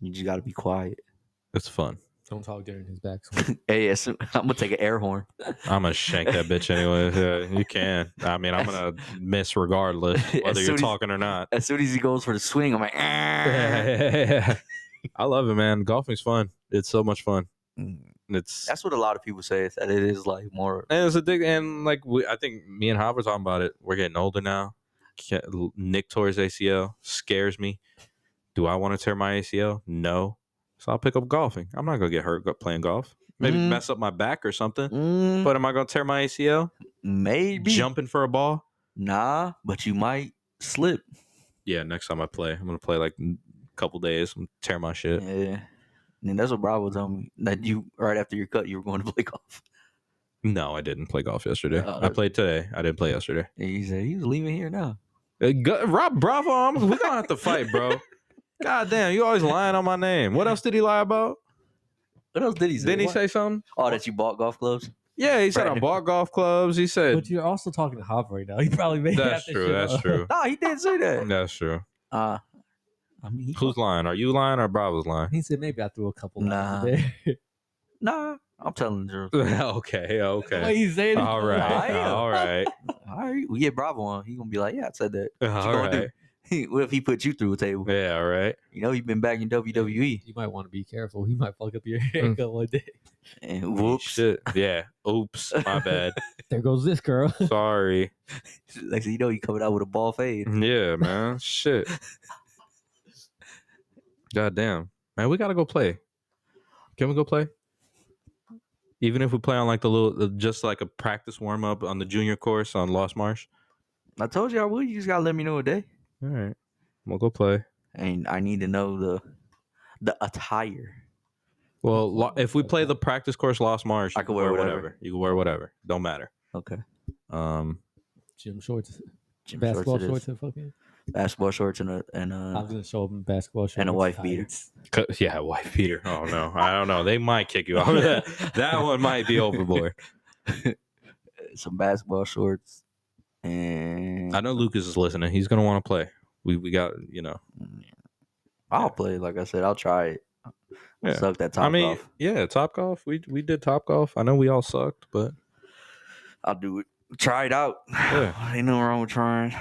Speaker 3: You just gotta be quiet. (laughs)
Speaker 1: It's fun.
Speaker 2: Don't talk during his
Speaker 1: (laughs)
Speaker 2: backswing.
Speaker 3: Hey, as soon- (laughs) I'm gonna take an air horn.
Speaker 1: I'm gonna shank that bitch anyway. (laughs) Yeah, you can. I mean, I'm
Speaker 3: (laughs)
Speaker 1: gonna miss regardless
Speaker 3: As
Speaker 1: whether
Speaker 3: soon
Speaker 1: you're
Speaker 3: as-
Speaker 1: talking or not.
Speaker 3: As soon as he goes for the swing, I'm like, "Ah."
Speaker 1: (laughs) I love it, man. Golfing's fun. It's so much fun.
Speaker 3: Mm.
Speaker 1: It's
Speaker 3: that's what a lot of people say. is That it is like more.
Speaker 1: And it's a dick. And like we, I think me and Hopper talking about it. We're getting older now. Ca- l- Nick tore his ACL. Scares me. Do I want to tear my ACL? No. So I'll pick up golfing. I'm not gonna get hurt go- playing golf. Maybe
Speaker 3: Mm.
Speaker 1: mess up my back or something.
Speaker 3: Mm,
Speaker 1: But am I gonna tear my ACL?
Speaker 3: maybe
Speaker 1: Jumping for a ball?
Speaker 3: Nah, but you might slip.
Speaker 1: Yeah. Next time I play, I'm gonna play like a couple days. and tear my shit.
Speaker 3: Yeah. And that's what Bravo told me that you right after your cut you were going to play (laughs) golf.
Speaker 1: No, I didn't play golf yesterday.
Speaker 3: Oh,
Speaker 1: I
Speaker 3: that's-
Speaker 1: played today. I didn't play yesterday.
Speaker 3: And he said he's leaving here now.
Speaker 1: Uh, go- Rob Bravo, I'm, we're gonna have to fight,
Speaker 3: (laughs)
Speaker 1: bro. God damn, you always lying on my name. What else did he lie about?
Speaker 3: What else did he say?
Speaker 1: Didn't he
Speaker 3: What?
Speaker 1: say something?
Speaker 3: Oh, that you bought golf clubs?
Speaker 1: Yeah, he said I
Speaker 3: Brandon.
Speaker 1: bought golf clubs. He said
Speaker 2: but you're also talking to Hop right now. He probably
Speaker 1: (laughs)
Speaker 2: made
Speaker 1: that's
Speaker 2: that
Speaker 1: true.
Speaker 2: shit
Speaker 1: That's
Speaker 2: up.
Speaker 1: true.
Speaker 3: No, (laughs) he didn't
Speaker 1: (laughs)
Speaker 3: say that.
Speaker 1: That's true.
Speaker 3: Uh I mean, he,
Speaker 1: Who's lying? Are you lying or Bravo's lying?
Speaker 2: (laughs)
Speaker 1: (laughs)
Speaker 2: He said maybe I threw a couple.
Speaker 3: Nah.
Speaker 2: (laughs) Nah. There.
Speaker 3: nah, I'm telling you.
Speaker 1: okay.
Speaker 2: What
Speaker 1: Okay.
Speaker 2: he's saying.
Speaker 1: All right.
Speaker 3: am.
Speaker 1: All
Speaker 3: (laughs)
Speaker 1: right.
Speaker 3: All right, we get Bravo on. He gonna be like, yeah, I said that. (laughs)
Speaker 1: All
Speaker 3: gonna do?
Speaker 1: right.
Speaker 3: what if he put you through a table?
Speaker 1: Yeah. All right.
Speaker 3: You know, he been back in E. WWE.
Speaker 2: You might want to be careful. He might fuck up your (laughs) haircut one day.
Speaker 3: And (laughs) whoops,
Speaker 1: Shit. Yeah. Oops. My
Speaker 3: (laughs)
Speaker 1: bad.
Speaker 2: There goes this girl.
Speaker 1: Sorry.
Speaker 3: like so you know, he coming out with a ball fade.
Speaker 1: Yeah, man. Shit. God damn. Man, we gotta go play. Can we go play? Even if we play on like the little, uh, just like a practice warm up on the junior course on Lost Marsh.
Speaker 3: I told you I would. You just gotta let me know a day,
Speaker 1: All right. We'll go play.
Speaker 3: and I need to know the the attire.
Speaker 1: Well, lo- if we play the practice course Lost Marsh,
Speaker 3: I
Speaker 1: you
Speaker 3: could wear whatever.
Speaker 1: You can wear whatever. Don't matter.
Speaker 3: Okay,
Speaker 1: Um,
Speaker 2: Jim shorts.
Speaker 3: Gym shorts
Speaker 2: basketball
Speaker 3: it is.
Speaker 2: shorts and fucking.
Speaker 3: basketball shorts and a and
Speaker 2: I
Speaker 3: a
Speaker 2: was gonna show up in basketball shorts
Speaker 3: And a wife beater.
Speaker 2: tights.
Speaker 1: Co- Yeah, wife Peter. Oh no, I don't know. They might kick (laughs) you out. of that. That one might be overboard.
Speaker 3: some basketball shorts. And
Speaker 1: I know Lucas is listening. He's gonna want to play. We we got you know.
Speaker 3: I'll play. Like I said, I'll try it.
Speaker 1: Yeah.
Speaker 3: Suck that top
Speaker 1: I mean,
Speaker 3: off.
Speaker 1: yeah, Top Golf. We we did Top Golf. I know we all sucked, but
Speaker 3: I'll do it. Try it out. (sighs)
Speaker 1: Yeah.
Speaker 3: Ain't nothing wrong with trying.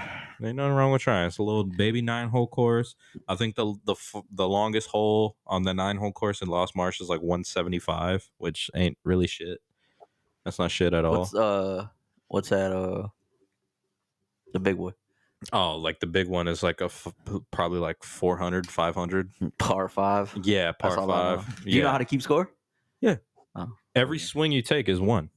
Speaker 1: ain't nothing wrong with trying. It's a little baby nine hole course. I think the the f- the longest hole on the nine hole course in Lost Marsh is like 175, which ain't really shit. That's not shit at all.
Speaker 3: What's uh what's that uh the big one?
Speaker 1: oh, like the big one is like a f- probably like 400, 500.
Speaker 3: Par five.
Speaker 1: Yeah, par
Speaker 3: That's all I know.
Speaker 1: five.
Speaker 3: Do you
Speaker 1: Yeah.
Speaker 3: know how to keep score?
Speaker 1: Every swing you take is one.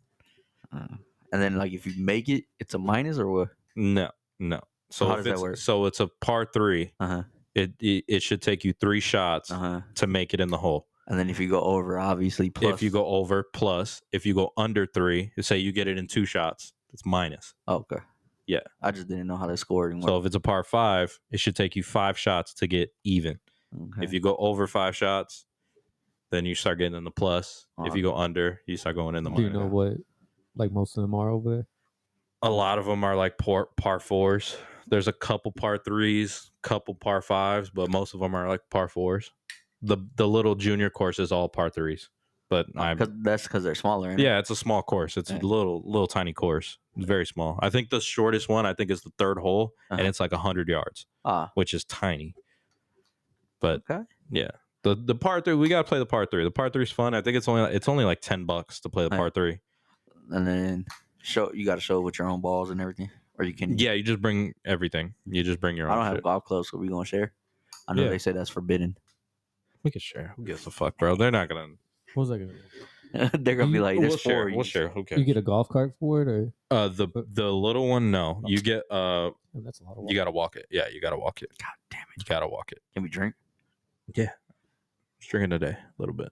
Speaker 3: Uh, and then like if you make it, it's a minus or what?
Speaker 1: No, no. So
Speaker 3: how
Speaker 1: if
Speaker 3: does that
Speaker 1: it's-
Speaker 3: work?
Speaker 1: So it's a par three.
Speaker 3: Uh-huh.
Speaker 1: It, it it should take you three shots
Speaker 3: Uh-huh.
Speaker 1: to make it in the hole.
Speaker 3: And then if you go over, obviously plus
Speaker 1: If you go over, plus. If you go under three, say you get it in two shots, it's minus.
Speaker 3: oh, okay.
Speaker 1: Yeah.
Speaker 3: I just didn't know how to score anymore.
Speaker 1: So if it's a par five, it should take you five shots to get even.
Speaker 3: okay.
Speaker 1: If you go over five shots, then you start getting in the plus. If
Speaker 3: Uh-huh.
Speaker 1: you go under, you start going in the
Speaker 2: Do you
Speaker 1: minus.
Speaker 2: know what? Like most of them are over there.
Speaker 1: a lot of them are like par, par fours. There's a couple par threes, couple par fives, but most of them are like par fours. The the little junior course is all par threes, but I
Speaker 3: Cause that's because they're smaller. ain't it?
Speaker 1: yeah, it's a small course. It's
Speaker 3: Yeah.
Speaker 1: a little little tiny course. It's very small. I think the shortest one I think is the third hole, and
Speaker 3: Uh-huh.
Speaker 1: it's like hundred yards,
Speaker 3: Ah,
Speaker 1: which is tiny. But
Speaker 3: Okay.
Speaker 1: yeah, the the par three we gotta play the par three. The par three's fun. I think it's only it's only like ten bucks to play the
Speaker 3: Right.
Speaker 1: par three.
Speaker 3: and then show you got to show with your own balls and everything, or you can.
Speaker 1: Yeah, you just bring everything. You just bring your
Speaker 3: I
Speaker 1: own.
Speaker 3: don't have
Speaker 1: shit.
Speaker 3: golf clubs, so we gonna share. I know
Speaker 1: Yeah.
Speaker 3: they say that's forbidden. (laughs)
Speaker 1: We can share. Who gives a fuck, bro? They're not gonna.
Speaker 2: What was I gonna?
Speaker 3: They're gonna be
Speaker 2: You-
Speaker 3: like,
Speaker 1: Mm, we'll
Speaker 3: "There's
Speaker 1: share.
Speaker 3: four."
Speaker 1: We'll share. Who
Speaker 2: You
Speaker 1: cares?
Speaker 2: get a golf cart for it, or
Speaker 1: Uh, the the little one, no. You get uh,
Speaker 2: Man, oh, that's a lot of.
Speaker 1: you
Speaker 2: water.
Speaker 1: gotta walk it. Yeah, you gotta walk it.
Speaker 3: God damn it!
Speaker 1: You gotta walk it.
Speaker 3: Can we drink?
Speaker 1: Just drinking today, a little bit.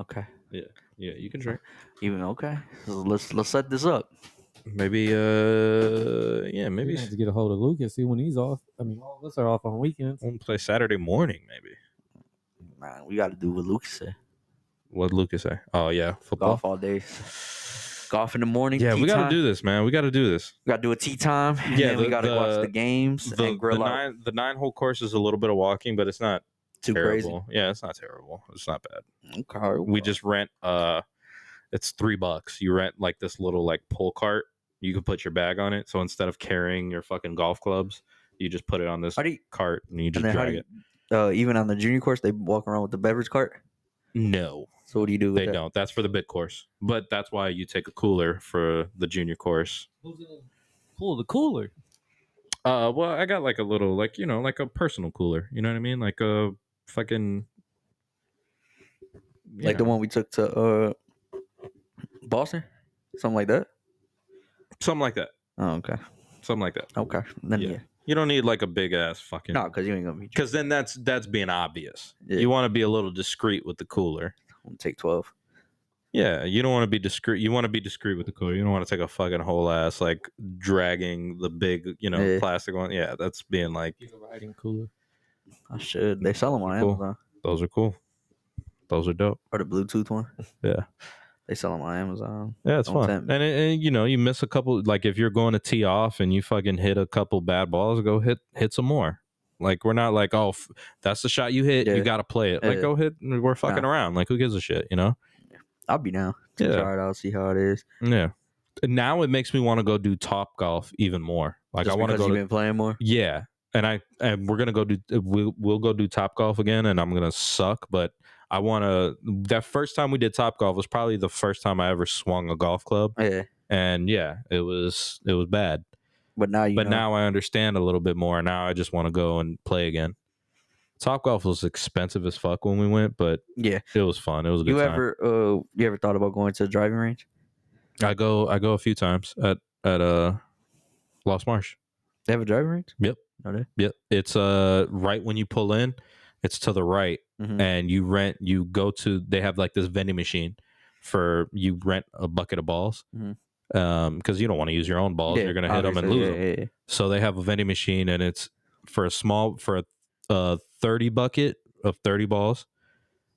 Speaker 3: Okay.
Speaker 1: Yeah, you can drink.
Speaker 3: (laughs) Even okay. So let's let's set this up.
Speaker 1: Maybe uh, yeah,
Speaker 2: You're
Speaker 1: maybe
Speaker 2: gonna have to get a hold of Lucas. See when he's off. I mean, all of us are off on weekends.
Speaker 1: we'll play Saturday morning. Maybe
Speaker 3: Man, we got to do what Lucas said.
Speaker 1: what Lucas say? Oh yeah, football.
Speaker 3: Golf all day. Golf in the morning.
Speaker 1: Yeah,
Speaker 3: tea
Speaker 1: we gotta
Speaker 3: time.
Speaker 1: do this, man. We gotta do this.
Speaker 3: We gotta do a tea time. And
Speaker 1: Yeah,
Speaker 3: then
Speaker 1: the-
Speaker 3: we gotta watch
Speaker 1: the-
Speaker 3: the games
Speaker 1: The,
Speaker 3: and
Speaker 1: the
Speaker 3: grill out.
Speaker 1: nine the nine hole course is a little bit of walking, but it's not
Speaker 3: Too
Speaker 1: terrible. Yeah, it's not terrible. It's not bad.
Speaker 3: crazy. Okay, all right,
Speaker 1: we
Speaker 3: well,
Speaker 1: just rent uh it's three bucks you rent like this little like pull cart you can put your bag on it so instead of carrying your fucking golf clubs you just put it on this
Speaker 3: How do you,
Speaker 1: cart and you
Speaker 3: and
Speaker 1: just
Speaker 3: then how do
Speaker 1: drag
Speaker 3: you,
Speaker 1: it
Speaker 3: uh, even on the junior course, they walk around with the beverage cart.
Speaker 1: no
Speaker 3: So what do you do with
Speaker 1: they
Speaker 3: that?
Speaker 1: don't that's for the big course but that's why you take a cooler for the junior course
Speaker 2: Who's gonna pull the cooler?
Speaker 1: uh well i got like a little like you know like a personal cooler you know what i mean like a fucking you
Speaker 3: Like the
Speaker 1: know,
Speaker 3: one we took to uh, Boston, something like that.
Speaker 1: something like that
Speaker 3: Oh, okay,
Speaker 1: something like that
Speaker 3: okay. Then
Speaker 1: Yeah.
Speaker 3: yeah,
Speaker 1: you don't need like a big ass fucking
Speaker 3: no, because you ain't gonna be.
Speaker 1: because then that's that's being obvious.
Speaker 3: Yeah.
Speaker 1: You want to be a little discreet with the cooler.
Speaker 3: I'm gonna take twelve.
Speaker 1: Yeah, you don't want to be discreet. You want to be discreet with the cooler. You don't want to take a fucking whole ass like dragging the big, you know,
Speaker 3: Yeah.
Speaker 1: plastic one. Yeah, that's being like
Speaker 2: Get a riding cooler.
Speaker 3: I should. They sell them on
Speaker 1: Cool.
Speaker 3: Amazon
Speaker 1: those are cool. Those are dope.
Speaker 3: or the Bluetooth one.
Speaker 1: Yeah.
Speaker 3: they sell them on Amazon.
Speaker 1: Yeah, it's
Speaker 3: Don't
Speaker 1: fun.
Speaker 3: tempt
Speaker 1: And,
Speaker 3: me.
Speaker 1: it, and you know, you miss a couple. Like if you're going to tee off and you fucking hit a couple bad balls, go hit hit some more. Like we're not like oh f- that's the shot you hit.
Speaker 3: Yeah.
Speaker 1: You got to play it. Like
Speaker 3: Yeah.
Speaker 1: go hit. We're fucking around. Like who gives a shit? You know.
Speaker 3: I'll be down. To
Speaker 1: Yeah.
Speaker 3: try it out, see how it is.
Speaker 1: Yeah. Now it makes me want to go do top golf even more. Like
Speaker 3: Just
Speaker 1: I want to go.
Speaker 3: because You've
Speaker 1: To,
Speaker 3: been playing more.
Speaker 1: yeah, and I and we're gonna go do we'll, we'll go do top golf again, and I'm gonna suck, but I want to. That first time we did top golf was probably the first time I ever swung a golf club,
Speaker 3: Yeah,
Speaker 1: and yeah, it was it was bad.
Speaker 3: but now you.
Speaker 1: but
Speaker 3: know.
Speaker 1: now I understand a little bit more. and Now I just want to go and play again. Top golf was expensive as fuck when we went, but
Speaker 3: Yeah.
Speaker 1: it was fun. It was a good
Speaker 3: You
Speaker 1: time.
Speaker 3: ever uh you ever thought about going to the driving range?
Speaker 1: I go I go a few times at at uh Lost Marsh.
Speaker 3: They have a driving range?
Speaker 1: Yep.
Speaker 3: No they?
Speaker 1: Yep. It's uh right when you pull in, it's to the right
Speaker 3: Mhm.
Speaker 1: and you rent you go to they have like this vending machine for you rent a bucket of balls.
Speaker 3: Mhm.
Speaker 1: Um cuz you don't want to use your own balls.
Speaker 3: Yeah,
Speaker 1: You're going to hit them and
Speaker 3: obviously,
Speaker 1: lose
Speaker 3: yeah,
Speaker 1: them.
Speaker 3: yeah, yeah.
Speaker 1: So they have a vending machine and it's for a small for a uh, 30 bucket of 30 balls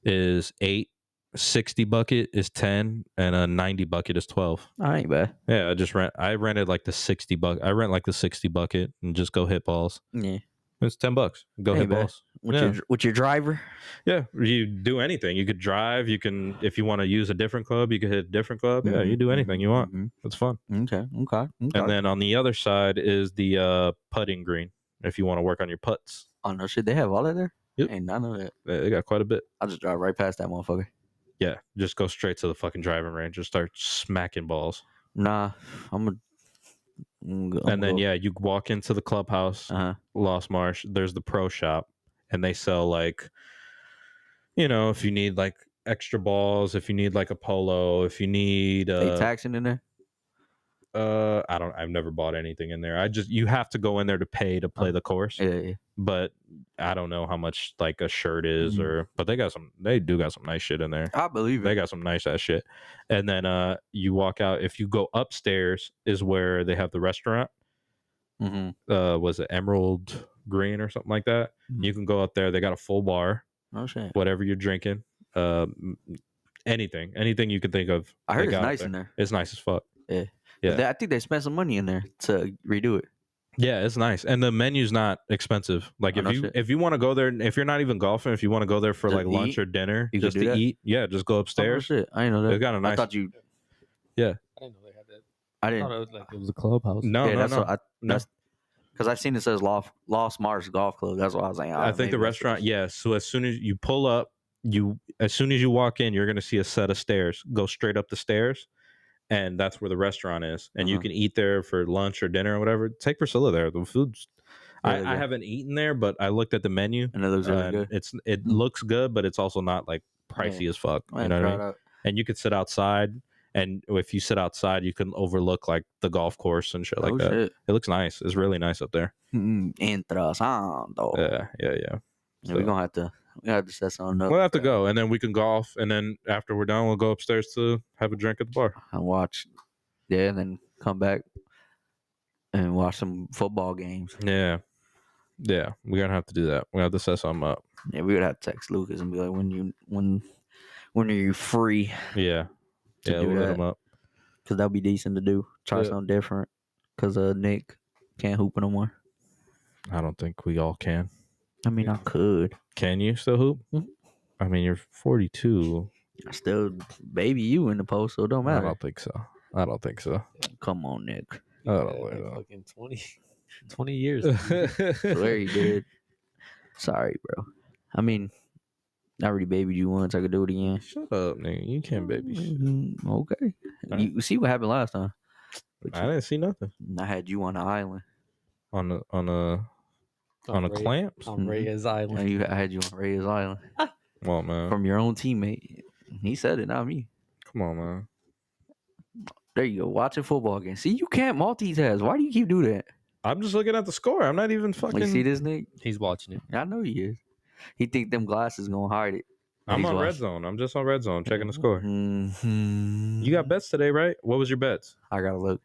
Speaker 1: is 8 60 bucket is 10 and a 90 bucket is 12
Speaker 3: I ain't bad.
Speaker 1: yeah i just rent i rented like the 60 buck i rent like the 60 bucket and just go hit balls
Speaker 3: Yeah.
Speaker 1: it's 10 bucks go
Speaker 3: Hey,
Speaker 1: hit
Speaker 3: man.
Speaker 1: balls
Speaker 3: With
Speaker 1: Yeah.
Speaker 3: your with your driver.
Speaker 1: yeah you do anything you could drive you can if you want to use a different club you could hit a different club yeah you
Speaker 3: Mhm,
Speaker 1: do anything you want
Speaker 3: mhm.
Speaker 1: it's fun
Speaker 3: Okay. Okay.
Speaker 1: and
Speaker 3: Okay.
Speaker 1: then on the other side is the uh, putting green if you want to work on your putts
Speaker 3: Oh no shit, they have all of there?
Speaker 1: Yep.
Speaker 3: Ain't none of that.
Speaker 1: they they got quite a bit
Speaker 3: I just drive right past that motherfucker.
Speaker 1: Yeah, just go straight to the fucking driving range and start smacking balls.
Speaker 3: Nah. I'm a I'm go- I'm
Speaker 1: and then
Speaker 3: go-
Speaker 1: yeah, you walk into the clubhouse,
Speaker 3: Uh-huh.
Speaker 1: Lost Marsh. There's the pro shop, and they sell like, you know, if you need like extra balls, if you need like a polo, if you need
Speaker 3: They
Speaker 1: uh,
Speaker 3: taxing in there?
Speaker 1: uh I don't, I've never bought anything in there. I just you have to go in there to pay to play
Speaker 3: Oh.
Speaker 1: the course,
Speaker 3: Yeah, yeah.
Speaker 1: but I don't know how much like a shirt is
Speaker 3: Mhm.
Speaker 1: or, but they got some, they do got some nice shit in there.
Speaker 3: I believe
Speaker 1: They
Speaker 3: it.
Speaker 1: got some nice ass shit. And then uh you walk out. If you go upstairs is where they have the restaurant.
Speaker 3: hmm
Speaker 1: Uh was it Emerald Green or something like that?
Speaker 3: Mhm.
Speaker 1: You can go up there. They got a full bar,
Speaker 3: No shit.
Speaker 1: whatever you're drinking. Uh m- anything. Anything you can think of. they
Speaker 3: I heard it's
Speaker 1: got up
Speaker 3: nice
Speaker 1: there.
Speaker 3: in there.
Speaker 1: It's nice as fuck. Yeah.
Speaker 3: They- I think they spent some money in there to redo it.
Speaker 1: Yeah, it's nice. And the menu's not expensive. Like
Speaker 3: Oh,
Speaker 1: if
Speaker 3: no
Speaker 1: you
Speaker 3: shit.
Speaker 1: if you want to go there if you're not even golfing, if you want to go there for
Speaker 3: Just
Speaker 1: like lunch
Speaker 3: eat?
Speaker 1: or dinner,
Speaker 3: You could
Speaker 1: just
Speaker 3: do
Speaker 1: to
Speaker 3: that?
Speaker 1: eat, yeah, just go
Speaker 3: Oh, no
Speaker 1: upstairs.
Speaker 3: shit. I didn't know
Speaker 1: They
Speaker 3: that.
Speaker 1: got a
Speaker 3: I
Speaker 1: nice
Speaker 3: thought you
Speaker 2: I didn't know they had that.
Speaker 3: I
Speaker 2: I
Speaker 3: didn't
Speaker 2: thought it was like it was a clubhouse.
Speaker 1: Oh, no,
Speaker 3: yeah,
Speaker 1: no,
Speaker 3: that's
Speaker 1: no.
Speaker 3: what I
Speaker 1: no.
Speaker 3: that's because I've seen it says Lost Lost Mars Golf Club. That's why I was like,
Speaker 1: I
Speaker 3: "Ah,
Speaker 1: think
Speaker 3: maybe
Speaker 1: the
Speaker 3: that's what
Speaker 1: restaurant,
Speaker 3: it is."
Speaker 1: yes. So as soon as you pull up, you as soon as you walk in, you're gonna see a set of stairs. Go straight up the stairs, and that's where the restaurant is. And you
Speaker 3: Uh-huh.
Speaker 1: can eat there for lunch or dinner or whatever. Take Priscilla there. The food's
Speaker 3: Yeah,
Speaker 1: I, I
Speaker 3: yeah.
Speaker 1: haven't eaten there, but I looked at the menu.
Speaker 3: and it looks really
Speaker 1: and
Speaker 3: good.
Speaker 1: It's it
Speaker 3: Mm.
Speaker 1: looks good, but it's also not like pricey as fuck.
Speaker 3: I
Speaker 1: you
Speaker 3: ain't
Speaker 1: know what I
Speaker 3: tried
Speaker 1: mean?
Speaker 3: out.
Speaker 1: And you could sit outside, and if you sit outside, you can overlook like the golf course and shit like
Speaker 3: oh,
Speaker 1: that.
Speaker 3: shit.
Speaker 1: It looks nice. It's really nice up there.
Speaker 3: Mm, Interesante.
Speaker 1: Yeah, yeah, yeah.
Speaker 3: Yeah, we're
Speaker 1: so-
Speaker 3: gonna have to we gonna have to set something up.
Speaker 1: We'll have to go, and then we can golf, and then after we're done, we'll go upstairs to have a drink at the bar.
Speaker 3: and watch. Yeah, and then come back and watch some football games.
Speaker 1: Yeah, yeah, we're gonna have to do that. We have to set something up.
Speaker 3: Yeah, we would have to text Lucas and be like, when you when when are you free?
Speaker 1: Yeah,
Speaker 3: To
Speaker 1: yeah,
Speaker 3: do
Speaker 1: we'll hit
Speaker 3: that.
Speaker 1: them up.
Speaker 3: Because that'd be decent to do. Try
Speaker 1: Yeah.
Speaker 3: something different. Because uh, Nick can't hoop no more.
Speaker 1: I don't think we all can.
Speaker 3: I mean, I could.
Speaker 1: Can you still hoop?
Speaker 3: Mhm.
Speaker 1: I mean, you're 42.
Speaker 3: I still baby you in the post, so it don't
Speaker 1: I
Speaker 3: matter.
Speaker 1: don't think so. I don't think so.
Speaker 3: Come on, Nick.
Speaker 1: I don't
Speaker 2: Yeah,
Speaker 1: know.
Speaker 2: like fucking (laughs) 20, 20 (laughs) years.
Speaker 1: (laughs)
Speaker 3: Swear you did. (laughs) Sorry, bro. I mean, I already babied you once. I could do it again.
Speaker 1: Shut up, nigga. You can't baby. shit.
Speaker 3: Mm, Okay.
Speaker 1: Alright.
Speaker 3: You you see what happened last time? But
Speaker 1: I
Speaker 3: you-
Speaker 1: didn't see nothing
Speaker 3: I had you on the island.
Speaker 1: on the on a on a
Speaker 2: Ray-
Speaker 1: clamps.
Speaker 2: On Reyes
Speaker 3: And
Speaker 2: Island.
Speaker 3: you, I had you on Ray's Island
Speaker 1: Well, man,
Speaker 3: from your own teammate. He said it, not me.
Speaker 1: come on, man.
Speaker 3: There you go, watching football game. See, you can't multitask. Why do you keep doing that?
Speaker 1: I'm just looking at the score. I'm not even
Speaker 3: Like, see
Speaker 1: fucking.
Speaker 3: this Nick?
Speaker 2: He's watching it.
Speaker 3: I know he is. He think them glasses gonna hide it.
Speaker 1: I'm
Speaker 3: He's
Speaker 1: on red
Speaker 3: watching. Mm-hmm.
Speaker 1: zone. I'm just on red zone, checking the score.
Speaker 3: Mhm.
Speaker 1: You got bets today, right? What was your bets?
Speaker 3: I gotta look.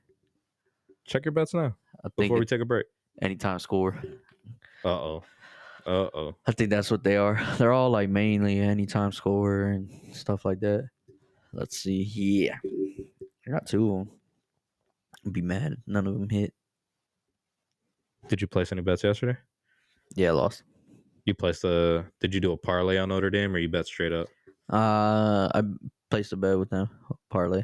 Speaker 1: Check your bets now
Speaker 3: I think
Speaker 1: before we
Speaker 3: it,
Speaker 1: take a break.
Speaker 3: anytime score.
Speaker 1: Uh oh. Uh oh.
Speaker 3: I think that's what they are. (laughs) They're all like mainly anytime scorer and stuff like that. Let's see. Yeah. I got two of them. I'd be mad. None of them hit.
Speaker 1: Did you place any bets yesterday?
Speaker 3: Yeah, I lost.
Speaker 1: You placed the. Did you do a parlay on Notre Dame or you bet straight up?
Speaker 3: Uh, I placed a bet with them. Parlay.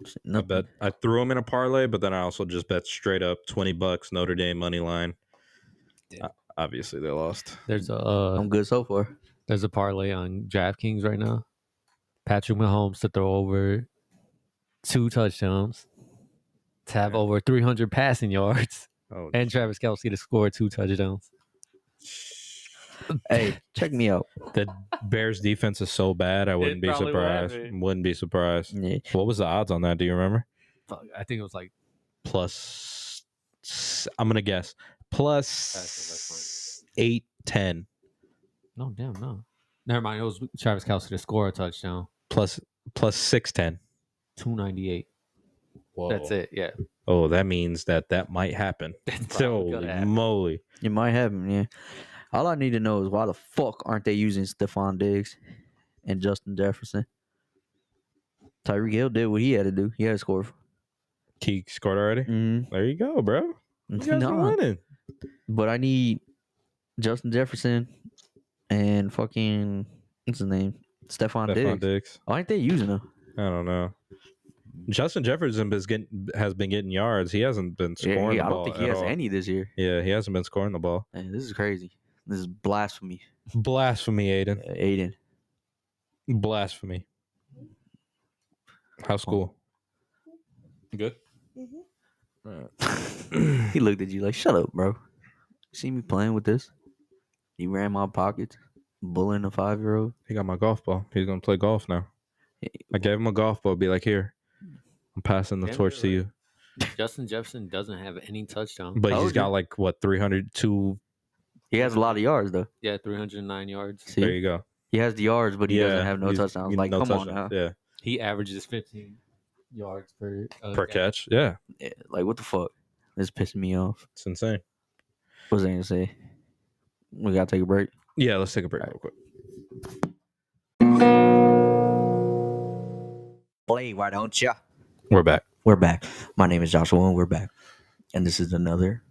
Speaker 3: Let's see,
Speaker 1: I
Speaker 3: nothing.
Speaker 1: bet I threw them in a parlay, but then I also just bet straight up twenty bucks Notre Dame money line.
Speaker 2: Damn.
Speaker 1: Uh, Obviously, they lost.
Speaker 2: There's a uh,
Speaker 3: I'm good so far.
Speaker 2: there's a parlay on DraftKings right now. Patrick Mahomes to throw over two touchdowns, to have
Speaker 1: Yeah.
Speaker 2: over 300 passing yards, (laughs)
Speaker 1: Oh,
Speaker 2: and Travis Kelsey to score two touchdowns.
Speaker 3: Hey, check me out.
Speaker 1: the Bears defense is so bad. I wouldn't be
Speaker 2: probably would have
Speaker 1: surprised.
Speaker 2: it.
Speaker 1: Wouldn't be surprised.
Speaker 3: Yeah.
Speaker 1: What was the odds on that? Do you remember?
Speaker 2: Fuck, I think it was like
Speaker 1: Plus, I'm gonna guess plus eight ten.
Speaker 2: no, damn, no. Never mind. It was Travis Kelsey to score a touchdown,
Speaker 1: plus plus six ten.
Speaker 2: 298. That's it. Yeah, (laughs)
Speaker 1: Oh, that means that that might happen.
Speaker 2: probably
Speaker 1: Holy
Speaker 2: gonna happen.
Speaker 1: moly!
Speaker 3: It might happen, yeah. All I need to know is why the fuck aren't they using Stephon Diggs and Justin Jefferson? Tyreek Hill did what he had to do. He had to score.
Speaker 1: Keek scored already.
Speaker 3: Mm,
Speaker 1: There you go, bro.
Speaker 3: Mm-hmm. (laughs)
Speaker 1: You guys are
Speaker 3: nah,
Speaker 1: winning.
Speaker 3: but I need Justin Jefferson and fucking what's his name, Stephon,
Speaker 1: Stephon
Speaker 3: Diggs.
Speaker 1: Diggs.
Speaker 3: Why ain't they using him?
Speaker 1: I don't know. Justin Jefferson has getting has been getting yards. He hasn't been
Speaker 3: Yeah,
Speaker 1: scoring.
Speaker 3: I
Speaker 1: the
Speaker 3: don't
Speaker 1: ball
Speaker 3: think he
Speaker 1: at
Speaker 3: has
Speaker 1: all.
Speaker 3: any this year.
Speaker 1: Yeah, he hasn't been scoring the ball.
Speaker 3: Man, this is crazy. This is blasphemy,
Speaker 1: Blasphemy, Aiden.
Speaker 3: Uh, Aiden.
Speaker 1: Blasphemy. How's school? Good.
Speaker 3: (laughs) he looked at you like, "Shut up, bro." You see me playing with this? He ran my pockets, bullying a five year old.
Speaker 1: He got my golf ball. He's gonna play golf now. I gave him a golf ball. Be like, here, I'm passing the
Speaker 2: Yeah,
Speaker 1: torch to
Speaker 2: right.
Speaker 1: you.
Speaker 2: Justin Jefferson doesn't have any touchdowns.
Speaker 1: But he's
Speaker 3: Told
Speaker 1: got
Speaker 3: you.
Speaker 1: like what 300, two.
Speaker 3: He has a lot of yards though.
Speaker 2: yeah, 309 yards.
Speaker 3: See,
Speaker 1: There you go.
Speaker 3: he has the yards, but he doesn't have no
Speaker 1: he's-
Speaker 3: touchdowns.
Speaker 1: he-
Speaker 3: Like,
Speaker 1: no
Speaker 3: come on,
Speaker 1: touchdowns.
Speaker 3: now.
Speaker 1: yeah,
Speaker 2: He averages 15 yards per uh,
Speaker 1: per catch. Yeah,
Speaker 3: Yeah, Eh, like what the fuck? This pissing me off.
Speaker 1: it's insane.
Speaker 3: What was I gonna say? We gotta take a break.
Speaker 1: Yeah, let's take a break real quick.
Speaker 3: Play, why don't ya?
Speaker 1: We're back.
Speaker 3: We're back. My name is Joshua, and we're back. And this is another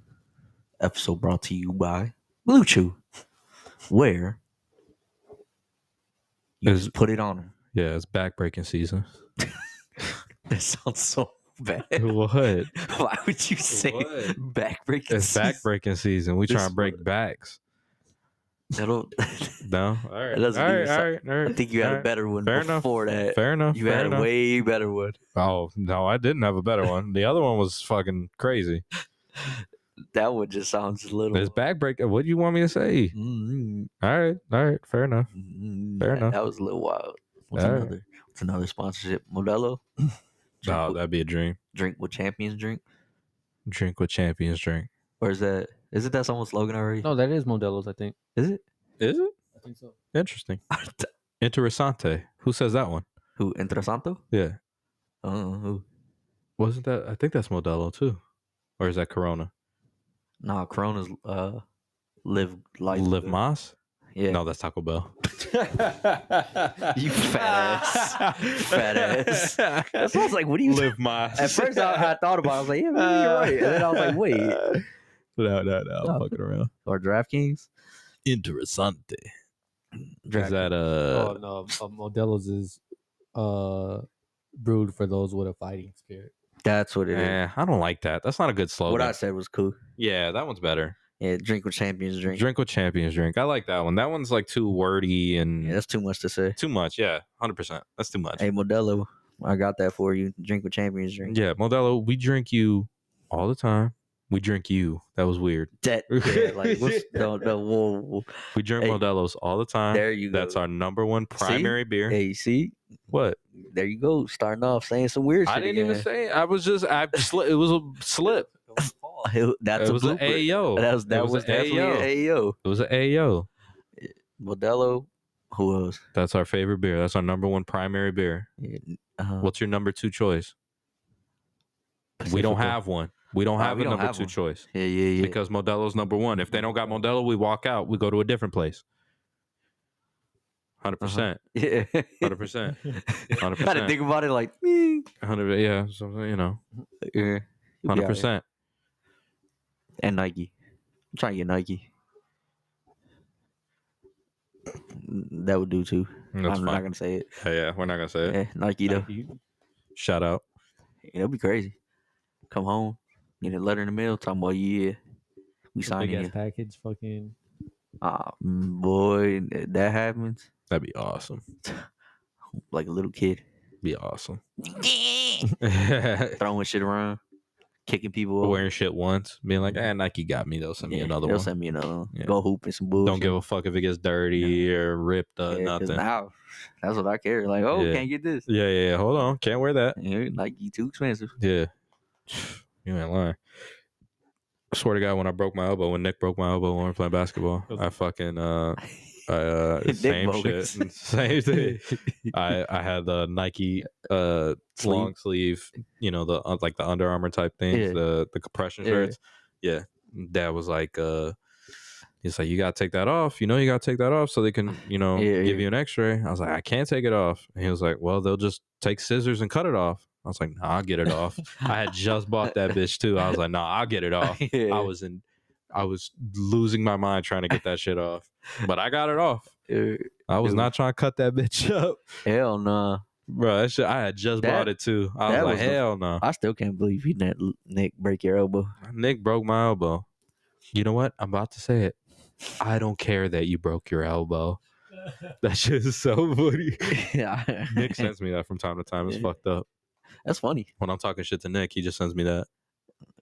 Speaker 3: episode brought to you by Blue Chew, where you
Speaker 1: Is-
Speaker 3: just put it on 'em. (laughs)
Speaker 1: Yeah, it's backbreaking season.
Speaker 3: That sounds so bad.
Speaker 1: what?
Speaker 3: (laughs) Why would you say
Speaker 1: What?
Speaker 3: backbreaking?
Speaker 1: It's
Speaker 3: (laughs)
Speaker 1: backbreaking season. We
Speaker 3: This
Speaker 1: trying to break
Speaker 3: mother-
Speaker 1: backs. (laughs)
Speaker 3: That'll,
Speaker 1: No, all right, all
Speaker 3: doesn't
Speaker 1: right,
Speaker 3: even
Speaker 1: all
Speaker 3: sound-
Speaker 1: right, all right.
Speaker 3: I think you had
Speaker 1: all
Speaker 3: a
Speaker 1: right.
Speaker 3: better one
Speaker 1: Fair enough.
Speaker 3: before that.
Speaker 1: Fair enough.
Speaker 3: You
Speaker 1: fair
Speaker 3: had
Speaker 1: enough.
Speaker 3: a way better one.
Speaker 1: Oh no, I didn't have a better one. The other one was fucking
Speaker 3: (laughs)
Speaker 1: crazy.
Speaker 3: That one just sounds a little.
Speaker 1: It's backbreak. What do you want me to say?
Speaker 3: Mm,
Speaker 1: All right, all right, fair enough.
Speaker 3: mm,
Speaker 1: Fair
Speaker 3: that,
Speaker 1: enough.
Speaker 3: That was a little wild. What's
Speaker 1: Alright.
Speaker 3: another? What's another sponsorship? Modelo. (clears throat) Drink,
Speaker 1: No,
Speaker 3: with,
Speaker 1: that'd be a dream.
Speaker 3: drink with champions drink,
Speaker 1: Drink what champions drink.
Speaker 3: or is that? Is it that someone's slogan already?
Speaker 2: No, that is Modelo's, I think.
Speaker 3: Is it? (laughs)
Speaker 1: Is it
Speaker 2: I think so.
Speaker 1: interesting? Interessante. Who says that one?
Speaker 3: who? Entresanto?
Speaker 1: Yeah,
Speaker 3: I don't know who.
Speaker 1: wasn't that? I think that's Modelo too, or is that Corona?
Speaker 3: Nah, Corona's uh, live life.
Speaker 1: Live
Speaker 3: good.
Speaker 1: Moss?
Speaker 3: Yeah. (laughs)
Speaker 1: No, that's Taco Bell.
Speaker 3: (laughs) You fat
Speaker 2: (laughs)
Speaker 3: ass. Fat
Speaker 1: (laughs)
Speaker 3: ass. That sounds like what do you?
Speaker 1: Live Moss.
Speaker 3: (laughs) At first, I, I thought about. it. I was like, yeah, maybe you're right. And then I was
Speaker 1: (laughs)
Speaker 3: like, wait.
Speaker 1: No, no, no. I'm
Speaker 3: No.
Speaker 1: fucking around.
Speaker 3: Or DraftKings.
Speaker 1: Interessante. Is
Speaker 3: Draft-
Speaker 1: that
Speaker 2: oh
Speaker 1: uh?
Speaker 2: no, uh, Modelo's is uh brewed for those with a fighting spirit.
Speaker 3: That's what it is.
Speaker 1: eh, I don't like that. That's not a good slogan.
Speaker 3: What I said was cool.
Speaker 1: yeah, that one's better.
Speaker 3: Yeah, drink with champions drink.
Speaker 1: Drink what champions drink. I like that one. That one's like too wordy and
Speaker 3: Yeah, that's too much to say.
Speaker 1: too much. Yeah, hundred percent. That's too much.
Speaker 3: Hey, Modelo, I got that for you. Drink with champions drink.
Speaker 1: Yeah, Modelo, we drink you all the time. We drink you. (laughs) That was weird.
Speaker 3: That, yeah,
Speaker 1: (laughs)
Speaker 3: like, what's the, the whoa, whoa.
Speaker 1: We drink
Speaker 3: Hey,
Speaker 1: Modelo's all the time.
Speaker 3: There you go.
Speaker 1: That's our number one primary beer.
Speaker 3: Hey, see,
Speaker 1: What?
Speaker 3: there you go. Starting off saying some weird shit.
Speaker 1: I didn't even
Speaker 3: again.
Speaker 1: say. I was just. I sli- It was a slip.
Speaker 3: (laughs) It- That's
Speaker 1: it
Speaker 3: a
Speaker 1: was an
Speaker 3: blooper.
Speaker 1: AO.
Speaker 3: That was
Speaker 1: It
Speaker 3: that was,
Speaker 1: an
Speaker 3: definitely
Speaker 1: AO.
Speaker 3: an AO.
Speaker 1: It was an AO.
Speaker 3: Modelo. Who else?
Speaker 1: That's our favorite beer. That's our number one primary beer.
Speaker 3: Yeah, Uh,
Speaker 1: What's your number two choice? We
Speaker 3: Pacifico.
Speaker 1: don't have one. We don't
Speaker 3: Uh,
Speaker 1: have
Speaker 3: we
Speaker 1: a
Speaker 3: don't
Speaker 1: number
Speaker 3: have
Speaker 1: two
Speaker 3: one.
Speaker 1: choice
Speaker 3: Yeah, yeah, yeah.
Speaker 1: because Modelo's number one. If they don't got Modelo, we walk out. We go to a different place.
Speaker 3: Uh-huh.
Speaker 1: 100
Speaker 3: (laughs)
Speaker 1: percent.
Speaker 3: (laughs) yeah.
Speaker 1: Hundred percent. Hundred
Speaker 3: I had to
Speaker 1: percent.
Speaker 3: think about it like, eh,
Speaker 1: Hundred. Yeah. Something. You know.
Speaker 3: yeah, you'll be
Speaker 1: Hundred
Speaker 3: all right.
Speaker 1: percent.
Speaker 3: and Nike. I'm trying to get Nike. Mm, That would do too.
Speaker 1: That's
Speaker 3: I'm not
Speaker 1: fine.
Speaker 3: gonna say it.
Speaker 1: Yeah, yeah, we're not gonna say it.
Speaker 3: Eh, Nike though,
Speaker 1: Shout out.
Speaker 3: it'll be crazy. Come home, get a letter in the mail talking about yeah, we signed
Speaker 2: Big ass
Speaker 3: you.
Speaker 2: package, fucking.
Speaker 3: Ah, mm, boy, th- that happens
Speaker 1: That'd be awesome.
Speaker 3: like a little kid
Speaker 1: Be
Speaker 3: (laughs)
Speaker 1: awesome.
Speaker 3: throwing shit around, kicking people.
Speaker 1: Wearing shit once, being like, "Ah, Nike got me though. Send me another
Speaker 3: they'll
Speaker 1: one.
Speaker 3: Send me another one.
Speaker 1: Yeah.
Speaker 3: Go hoop and some bullshit.
Speaker 1: Don't give a fuck if it gets dirty or ripped up,
Speaker 3: Yeah, 'cause
Speaker 1: nothing.
Speaker 3: Now, that's what I care. Like, oh,
Speaker 1: Yeah.
Speaker 3: can't get this.
Speaker 1: yeah, yeah, yeah. Hold on, can't wear that.
Speaker 3: Yeah, Nike too
Speaker 1: (laughs)
Speaker 3: expensive.
Speaker 1: Yeah, you ain't lying. I swear to God, when I broke my elbow, when Nick broke my elbow when we were playing basketball, I fucking uh,
Speaker 3: (laughs)
Speaker 1: Uh,
Speaker 3: Dick
Speaker 1: same shit.
Speaker 3: bogus.
Speaker 1: (laughs) Same thing.
Speaker 3: (laughs)
Speaker 1: I I had the Nike uh
Speaker 3: Sleeve.
Speaker 1: long sleeve, you know the uh, like the Under Armour type things,
Speaker 3: Yeah.
Speaker 1: the the compression
Speaker 3: Yeah.
Speaker 1: shirts. Yeah, Dad was like, uh, he's like, you gotta take that off. You know, you gotta take that off so they can, you know,
Speaker 3: Yeah,
Speaker 1: give
Speaker 3: yeah.
Speaker 1: you an X-ray. I was like, I can't take it off. And he was like, well, they'll just take scissors and cut it off. I was like, nah, I'll get it off. I had just bought that bitch too. I was like, nah, I'll get it off.
Speaker 3: (laughs) Yeah,
Speaker 1: I was in, I was losing my mind trying to get that shit off, but I got it off.
Speaker 3: yeah.
Speaker 1: I was
Speaker 3: Dude.
Speaker 1: not trying to cut that bitch (laughs) up,
Speaker 3: Uh, Hell nah.
Speaker 1: bro. That shit, I had just
Speaker 3: That-
Speaker 1: bought it too. I was
Speaker 3: that
Speaker 1: like,
Speaker 3: was the-
Speaker 1: hell no.
Speaker 3: I still can't believe you didn't let Nick break your elbow. (laughs)
Speaker 1: Nick broke my elbow. You know what? I'm about to say it. I don't care that you broke your elbow. That shit is so (laughs) funny.
Speaker 3: Yeah. (laughs)
Speaker 1: Nick sends me that from time to time. It's
Speaker 3: Yeah.
Speaker 1: fucked up.
Speaker 3: That's funny.
Speaker 1: When I'm talking shit to Nick, he just sends me that.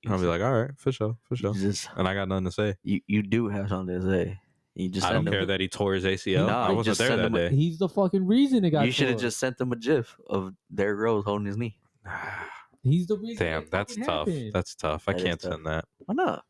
Speaker 1: And I'll be like, all right, for sure, for
Speaker 3: You
Speaker 1: sure.
Speaker 3: just
Speaker 1: And I got nothing to say.
Speaker 3: you, you do have something to say. You just
Speaker 1: I
Speaker 3: send
Speaker 1: don't care
Speaker 3: them-
Speaker 1: that he tore his ACL.
Speaker 3: Nah,
Speaker 1: I
Speaker 3: you
Speaker 1: wasn't
Speaker 3: just
Speaker 1: there
Speaker 3: send
Speaker 1: that
Speaker 3: him a-
Speaker 2: (sighs)
Speaker 1: day.
Speaker 2: He's the fucking reason it got.
Speaker 3: You should have
Speaker 2: tore.
Speaker 3: just sent them a gif of Derrick Rose holding his knee.
Speaker 2: He's the reason.
Speaker 1: Damn,
Speaker 2: it
Speaker 1: that's
Speaker 2: fucking
Speaker 1: tough.
Speaker 2: happened.
Speaker 1: (laughs) That's tough. I
Speaker 3: That is
Speaker 1: can't
Speaker 3: tough.
Speaker 1: send that
Speaker 3: Why not?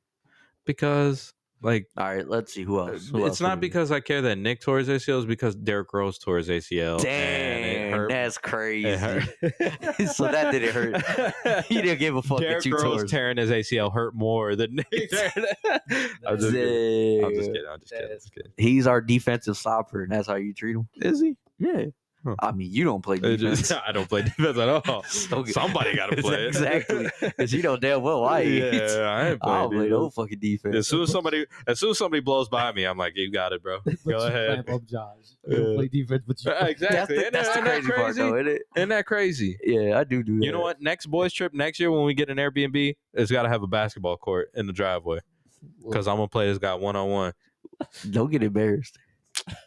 Speaker 1: because, like,
Speaker 3: All right, let's see who
Speaker 1: Uh,
Speaker 3: else. Who
Speaker 1: it's
Speaker 3: else
Speaker 1: not
Speaker 3: we-
Speaker 1: because I care that Nick tore his ACL. It's because Derrick Rose tore his ACL. and Oh, it
Speaker 3: Damn,
Speaker 1: hurt.
Speaker 3: that's crazy.
Speaker 1: It hurt. (laughs)
Speaker 3: So that didn't hurt. (laughs) he didn't give a fuck
Speaker 1: Derrick
Speaker 3: that you tore.
Speaker 1: Rose tearing his ACL hurt more than Nick. tearing
Speaker 2: (laughs)
Speaker 1: it. (laughs) I'm just kidding. I'm just
Speaker 3: Damn.
Speaker 1: kidding. I'm just kidding. I'm just kidding.
Speaker 3: He's our defensive stopper, and that's how you treat him.
Speaker 1: Is he?
Speaker 3: Yeah.
Speaker 1: Huh.
Speaker 3: I mean, you don't play
Speaker 1: It
Speaker 3: defense.
Speaker 1: just- (laughs) I don't play defense at
Speaker 3: (laughs)
Speaker 1: all.
Speaker 3: So good.
Speaker 1: Somebody
Speaker 3: (laughs)
Speaker 1: got to play it.
Speaker 3: Exactly.
Speaker 1: (laughs)
Speaker 3: 'Cause you know damn well why.
Speaker 1: Yeah, I ain't
Speaker 3: (laughs) I
Speaker 1: playing
Speaker 3: don't play
Speaker 1: defense.
Speaker 3: no fucking defense.
Speaker 1: As soon as somebody, as soon as somebody blows by me, I'm like, "You got it, bro.
Speaker 2: But (laughs)
Speaker 1: Go
Speaker 2: you
Speaker 1: ahead."
Speaker 2: clamp up Josh.
Speaker 1: (laughs)
Speaker 2: You
Speaker 1: Yeah.
Speaker 2: don't play defense, but you.
Speaker 1: (laughs)
Speaker 3: That's
Speaker 1: Exactly.
Speaker 3: the,
Speaker 1: Isn't
Speaker 3: that's the
Speaker 1: that-
Speaker 3: crazy,
Speaker 1: isn't that
Speaker 3: part, though, isn't it?
Speaker 1: Isn't that crazy?
Speaker 3: Yeah, I do do that.
Speaker 1: You know what? Next boys trip next year when we get an Airbnb, it's got to have a basketball court in the driveway (laughs)
Speaker 2: (laughs)
Speaker 1: because I'm gonna play this guy one on one.
Speaker 3: Don't get embarrassed. (laughs)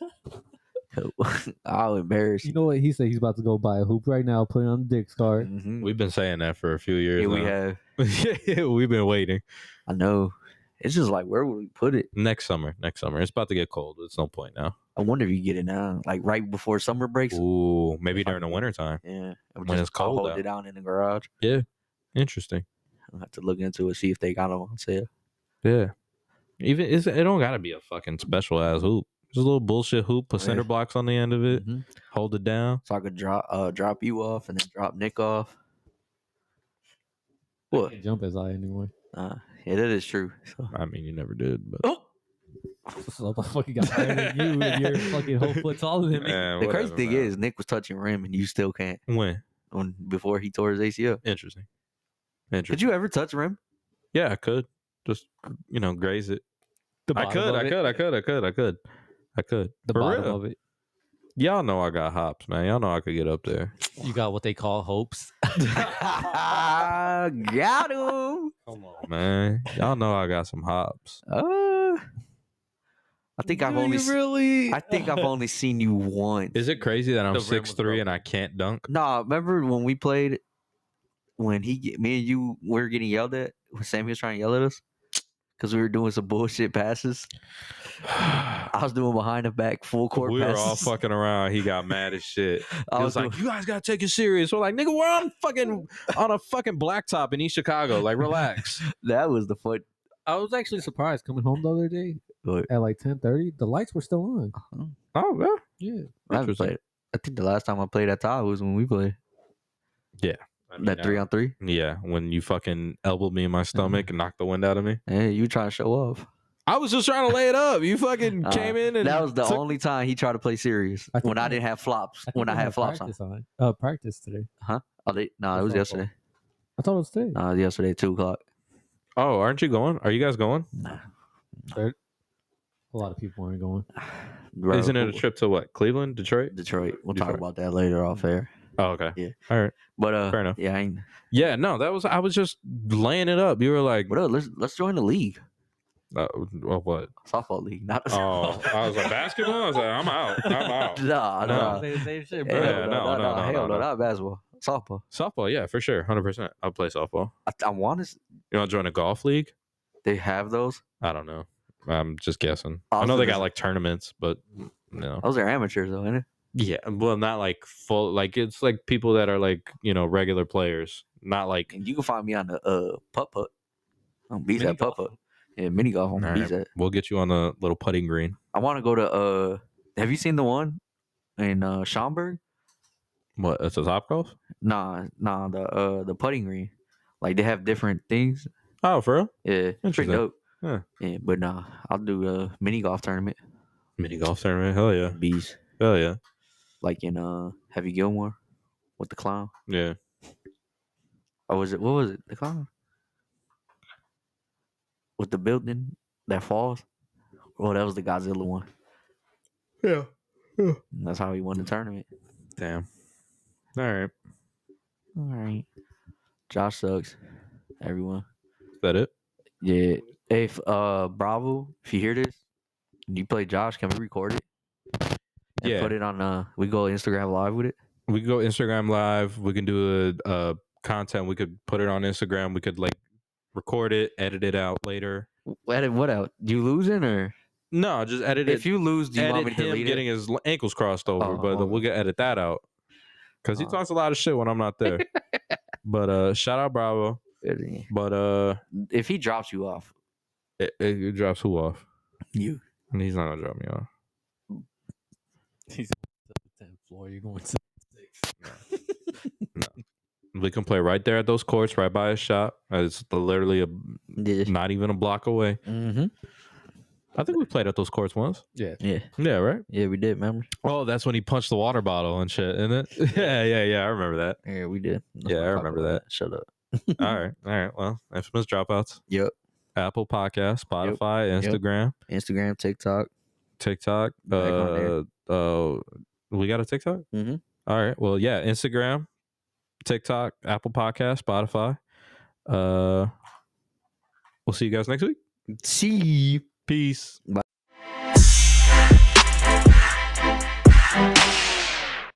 Speaker 3: I'll embarrass
Speaker 2: you
Speaker 3: you.
Speaker 2: know what he said? He's about to go buy a hoop right now. Put it on the Dick's
Speaker 1: Mm.
Speaker 2: card.
Speaker 3: Mhm.
Speaker 1: We've been saying that for a few years.
Speaker 3: Yeah, we
Speaker 1: now.
Speaker 3: have.
Speaker 1: (laughs) Yeah, We've been waiting.
Speaker 3: I know. It's just like where would we put it?
Speaker 1: Next summer, next summer. It's about to get cold. It's no point now.
Speaker 3: I wonder if you get it now, like right before summer breaks.
Speaker 1: Ooh, maybe during the winter time.
Speaker 3: Yeah, I would
Speaker 1: When
Speaker 3: just-
Speaker 1: it's
Speaker 3: I'll
Speaker 1: cold
Speaker 3: hold
Speaker 1: out.
Speaker 3: it down in the garage.
Speaker 1: Interesting.
Speaker 3: I'll have to look into it, see if they got them on sale.
Speaker 1: Yeah. Even it's, it don't gotta be a fucking special ass hoop. Just a little bullshit hoop. Put
Speaker 3: Yeah.
Speaker 1: center blocks on the end of it.
Speaker 3: Mhm.
Speaker 1: Hold it down.
Speaker 3: So I could drop uh, drop you off and then drop Nick off. What?
Speaker 2: Can't jump as high
Speaker 1: (laughs)
Speaker 2: anymore. (laughs)
Speaker 3: Uh, yeah, that is true. So.
Speaker 1: I mean, you never did, but
Speaker 3: Oh,
Speaker 2: So I fucking got higher than you, and
Speaker 1: (laughs)
Speaker 2: you're fucking whole foot taller than
Speaker 1: Eh,
Speaker 3: (laughs)
Speaker 2: me.
Speaker 3: the
Speaker 1: whatever,
Speaker 3: crazy thing
Speaker 1: man.
Speaker 3: is, Nick was touching rim and you still can't.
Speaker 1: when
Speaker 3: On before he tore his ACL,
Speaker 1: interesting. Interesting.
Speaker 3: could you ever touch rim?
Speaker 1: Yeah, I could just you know graze it.
Speaker 2: The
Speaker 1: I
Speaker 2: bottom
Speaker 1: could, I
Speaker 2: of it.
Speaker 1: could, I could, I could, I could, I could.
Speaker 2: The
Speaker 1: For
Speaker 2: bottom
Speaker 1: real.
Speaker 2: of it.
Speaker 1: Y'all know I got hops, man. Y'all know I could get up there.
Speaker 2: You got what they call hopes.
Speaker 3: (laughs) got him.
Speaker 1: Come on, man. Y'all know I got some hops.
Speaker 3: Uh, I think I've
Speaker 2: Do
Speaker 3: only
Speaker 2: you
Speaker 3: s-
Speaker 2: really.
Speaker 3: I think
Speaker 2: (laughs)
Speaker 3: I've only seen you once.
Speaker 1: Is it crazy that I'm
Speaker 2: The rim was
Speaker 1: six three
Speaker 2: broken.
Speaker 1: and I can't dunk?
Speaker 3: Nah, remember when we played? When he, get- me and you were getting yelled at when Sammy was trying to yell at us because we were doing some bullshit passes. I was doing behind the back full court
Speaker 1: we were
Speaker 3: passes.
Speaker 1: all fucking around. He got mad as shit.
Speaker 3: I
Speaker 1: He was
Speaker 3: was,
Speaker 1: like,
Speaker 3: doing-
Speaker 1: "You guys gotta take it serious." We're like, "Nigga, we're on fucking on a fucking blacktop in East Chicago. Like, relax."
Speaker 3: that was the fun.
Speaker 2: I was actually surprised coming home the other day
Speaker 3: What?
Speaker 2: at like ten thirty. The lights were still on.
Speaker 1: oh yeah,
Speaker 2: Yeah.
Speaker 3: I haven't
Speaker 1: Interesting.
Speaker 3: played. I think the last time I played at Tahoe was when we played
Speaker 1: I mean,
Speaker 3: that three on three.
Speaker 1: Yeah, when you fucking elbowed me in my stomach and knocked the wind out of me.
Speaker 3: Hey, you trying to show off?
Speaker 1: I was just trying to lay it up. You fucking
Speaker 3: Uh,
Speaker 1: came in and
Speaker 3: That was the
Speaker 1: took-
Speaker 3: only time he tried to play serious
Speaker 2: I think
Speaker 3: when I
Speaker 2: I-
Speaker 3: didn't have flops.
Speaker 2: think
Speaker 3: when I
Speaker 2: we
Speaker 3: had flops on.
Speaker 2: practice on. Uh, practice today.
Speaker 3: Oh, they, nah, it was
Speaker 2: That's my fault.
Speaker 3: yesterday.
Speaker 2: I thought it was today.
Speaker 3: Nah, it was yesterday two o'clock.
Speaker 1: Oh, aren't you going? Are you guys going?
Speaker 2: A lot of people aren't going.
Speaker 3: Bro,
Speaker 1: Isn't it a
Speaker 3: who-
Speaker 1: trip to what? Cleveland, Detroit?
Speaker 3: Detroit. We'll
Speaker 1: Detroit.
Speaker 3: talk about that later off air.
Speaker 1: Oh, okay.
Speaker 3: Yeah.
Speaker 1: All right.
Speaker 3: But uh,
Speaker 1: Fair enough.
Speaker 3: yeah, I ain't.
Speaker 1: Yeah, no, that was I was just laying it up. You were like,
Speaker 3: What up? uh, Let's let's join the league,
Speaker 1: uh, well, what?
Speaker 3: softball league. Not
Speaker 1: (laughs) Oh, I was like basketball. I was like, I'm out. (laughs) I'm out.
Speaker 3: (laughs) Nah,
Speaker 1: No.
Speaker 3: nah. Hell
Speaker 1: Yeah, no, no,
Speaker 3: nah, nah,
Speaker 1: no,
Speaker 3: hell
Speaker 1: no, no.
Speaker 3: not basketball, softball.
Speaker 1: Softball, yeah, for sure, hundred percent. I'll play softball.
Speaker 3: I, I want to.
Speaker 1: You want to join a golf league?
Speaker 3: They have those.
Speaker 1: I don't know. I'm just guessing. I
Speaker 3: Also,
Speaker 1: know they
Speaker 3: there's-
Speaker 1: got like tournaments, but no.
Speaker 3: Those are amateurs though, ain't it?
Speaker 1: Yeah, well, not like full. Like it's like people that are like you know regular players, not like.
Speaker 3: And you can find me on the uh putt putt. I'm beat
Speaker 2: Mini
Speaker 3: that putt
Speaker 2: golf.
Speaker 3: putt. Yeah, mini golf. I'm
Speaker 1: All
Speaker 3: beat
Speaker 1: right,
Speaker 3: that.
Speaker 1: we'll get you on the little putting green.
Speaker 3: I want to go to uh Have you seen the one in uh Schaumburg?
Speaker 1: What? It's a top golf?
Speaker 3: Nah, nah, the uh the putting green. Like they have different things.
Speaker 1: Oh, for real?
Speaker 3: Yeah, it's
Speaker 1: Interesting.
Speaker 3: pretty dope.
Speaker 1: Huh.
Speaker 3: Yeah, but nah, I'll do a mini golf tournament.
Speaker 1: Mini golf tournament? Hell yeah.
Speaker 3: Bees.
Speaker 1: Hell yeah.
Speaker 3: Like in uh Heavy Gilmore with the clown.
Speaker 1: Yeah.
Speaker 3: Or was it what was it? The clown? With the building that falls? Oh, that was the Godzilla one.
Speaker 1: Yeah.
Speaker 3: That's how he won the tournament.
Speaker 1: Damn. All right.
Speaker 3: All right. Josh sucks. Everyone.
Speaker 1: Is that it?
Speaker 3: Yeah. If uh Bravo, if you hear this, and you play Josh, can we record it? And
Speaker 1: Yeah.
Speaker 3: Put it on uh we go Instagram live with it.
Speaker 1: We could go Instagram live. We can do a, a content. We could put it on Instagram. We could like record it, edit it out later.
Speaker 3: W- Edit what out? You losing or
Speaker 1: No, just edit it.
Speaker 3: if you lose, do you
Speaker 1: edit
Speaker 3: want me to
Speaker 1: him
Speaker 3: delete
Speaker 1: getting
Speaker 3: it?
Speaker 1: his l- ankles crossed over,
Speaker 3: Oh,
Speaker 1: but
Speaker 3: okay.
Speaker 1: we'll get edit that out because he
Speaker 3: Oh.
Speaker 1: talks a lot of shit when I'm not
Speaker 3: (laughs)
Speaker 1: there. but uh, shout out Bravo. But uh,
Speaker 3: If he drops you off,
Speaker 1: it, it drops who off?
Speaker 3: you
Speaker 1: And he's not gonna drop me off.
Speaker 2: Tenth floor, you're going to
Speaker 1: We can play right there at those courts, right by his shop. Uh, It's literally a,
Speaker 3: did.
Speaker 1: not even a block away.
Speaker 3: Mm-hmm.
Speaker 1: I think we played at those courts once.
Speaker 2: (laughs) yeah.
Speaker 3: Yeah,
Speaker 1: Yeah, right.
Speaker 3: yeah, we did. Remember?
Speaker 1: Oh, that's when he punched the water bottle and shit, isn't
Speaker 3: (laughs)
Speaker 1: it? Yeah, yeah, yeah. I remember that.
Speaker 3: Yeah, we did. Let's
Speaker 1: Yeah,
Speaker 3: not
Speaker 1: I
Speaker 3: talk
Speaker 1: remember
Speaker 3: about
Speaker 1: that.
Speaker 3: Shut up.
Speaker 1: All right, all right. Well, infamous dropouts.
Speaker 3: Yep.
Speaker 1: Apple Podcast, Spotify,
Speaker 3: Yep.
Speaker 1: Instagram,
Speaker 3: Instagram, TikTok.
Speaker 1: TikTok.
Speaker 3: Back
Speaker 1: Uh,
Speaker 3: on
Speaker 1: uh, we got a TikTok.
Speaker 3: Mhm.
Speaker 1: All right. Well, yeah. Instagram, TikTok, Apple Podcast, Spotify. Uh, we'll see you guys next week.
Speaker 3: See.
Speaker 1: Peace.
Speaker 3: Bye.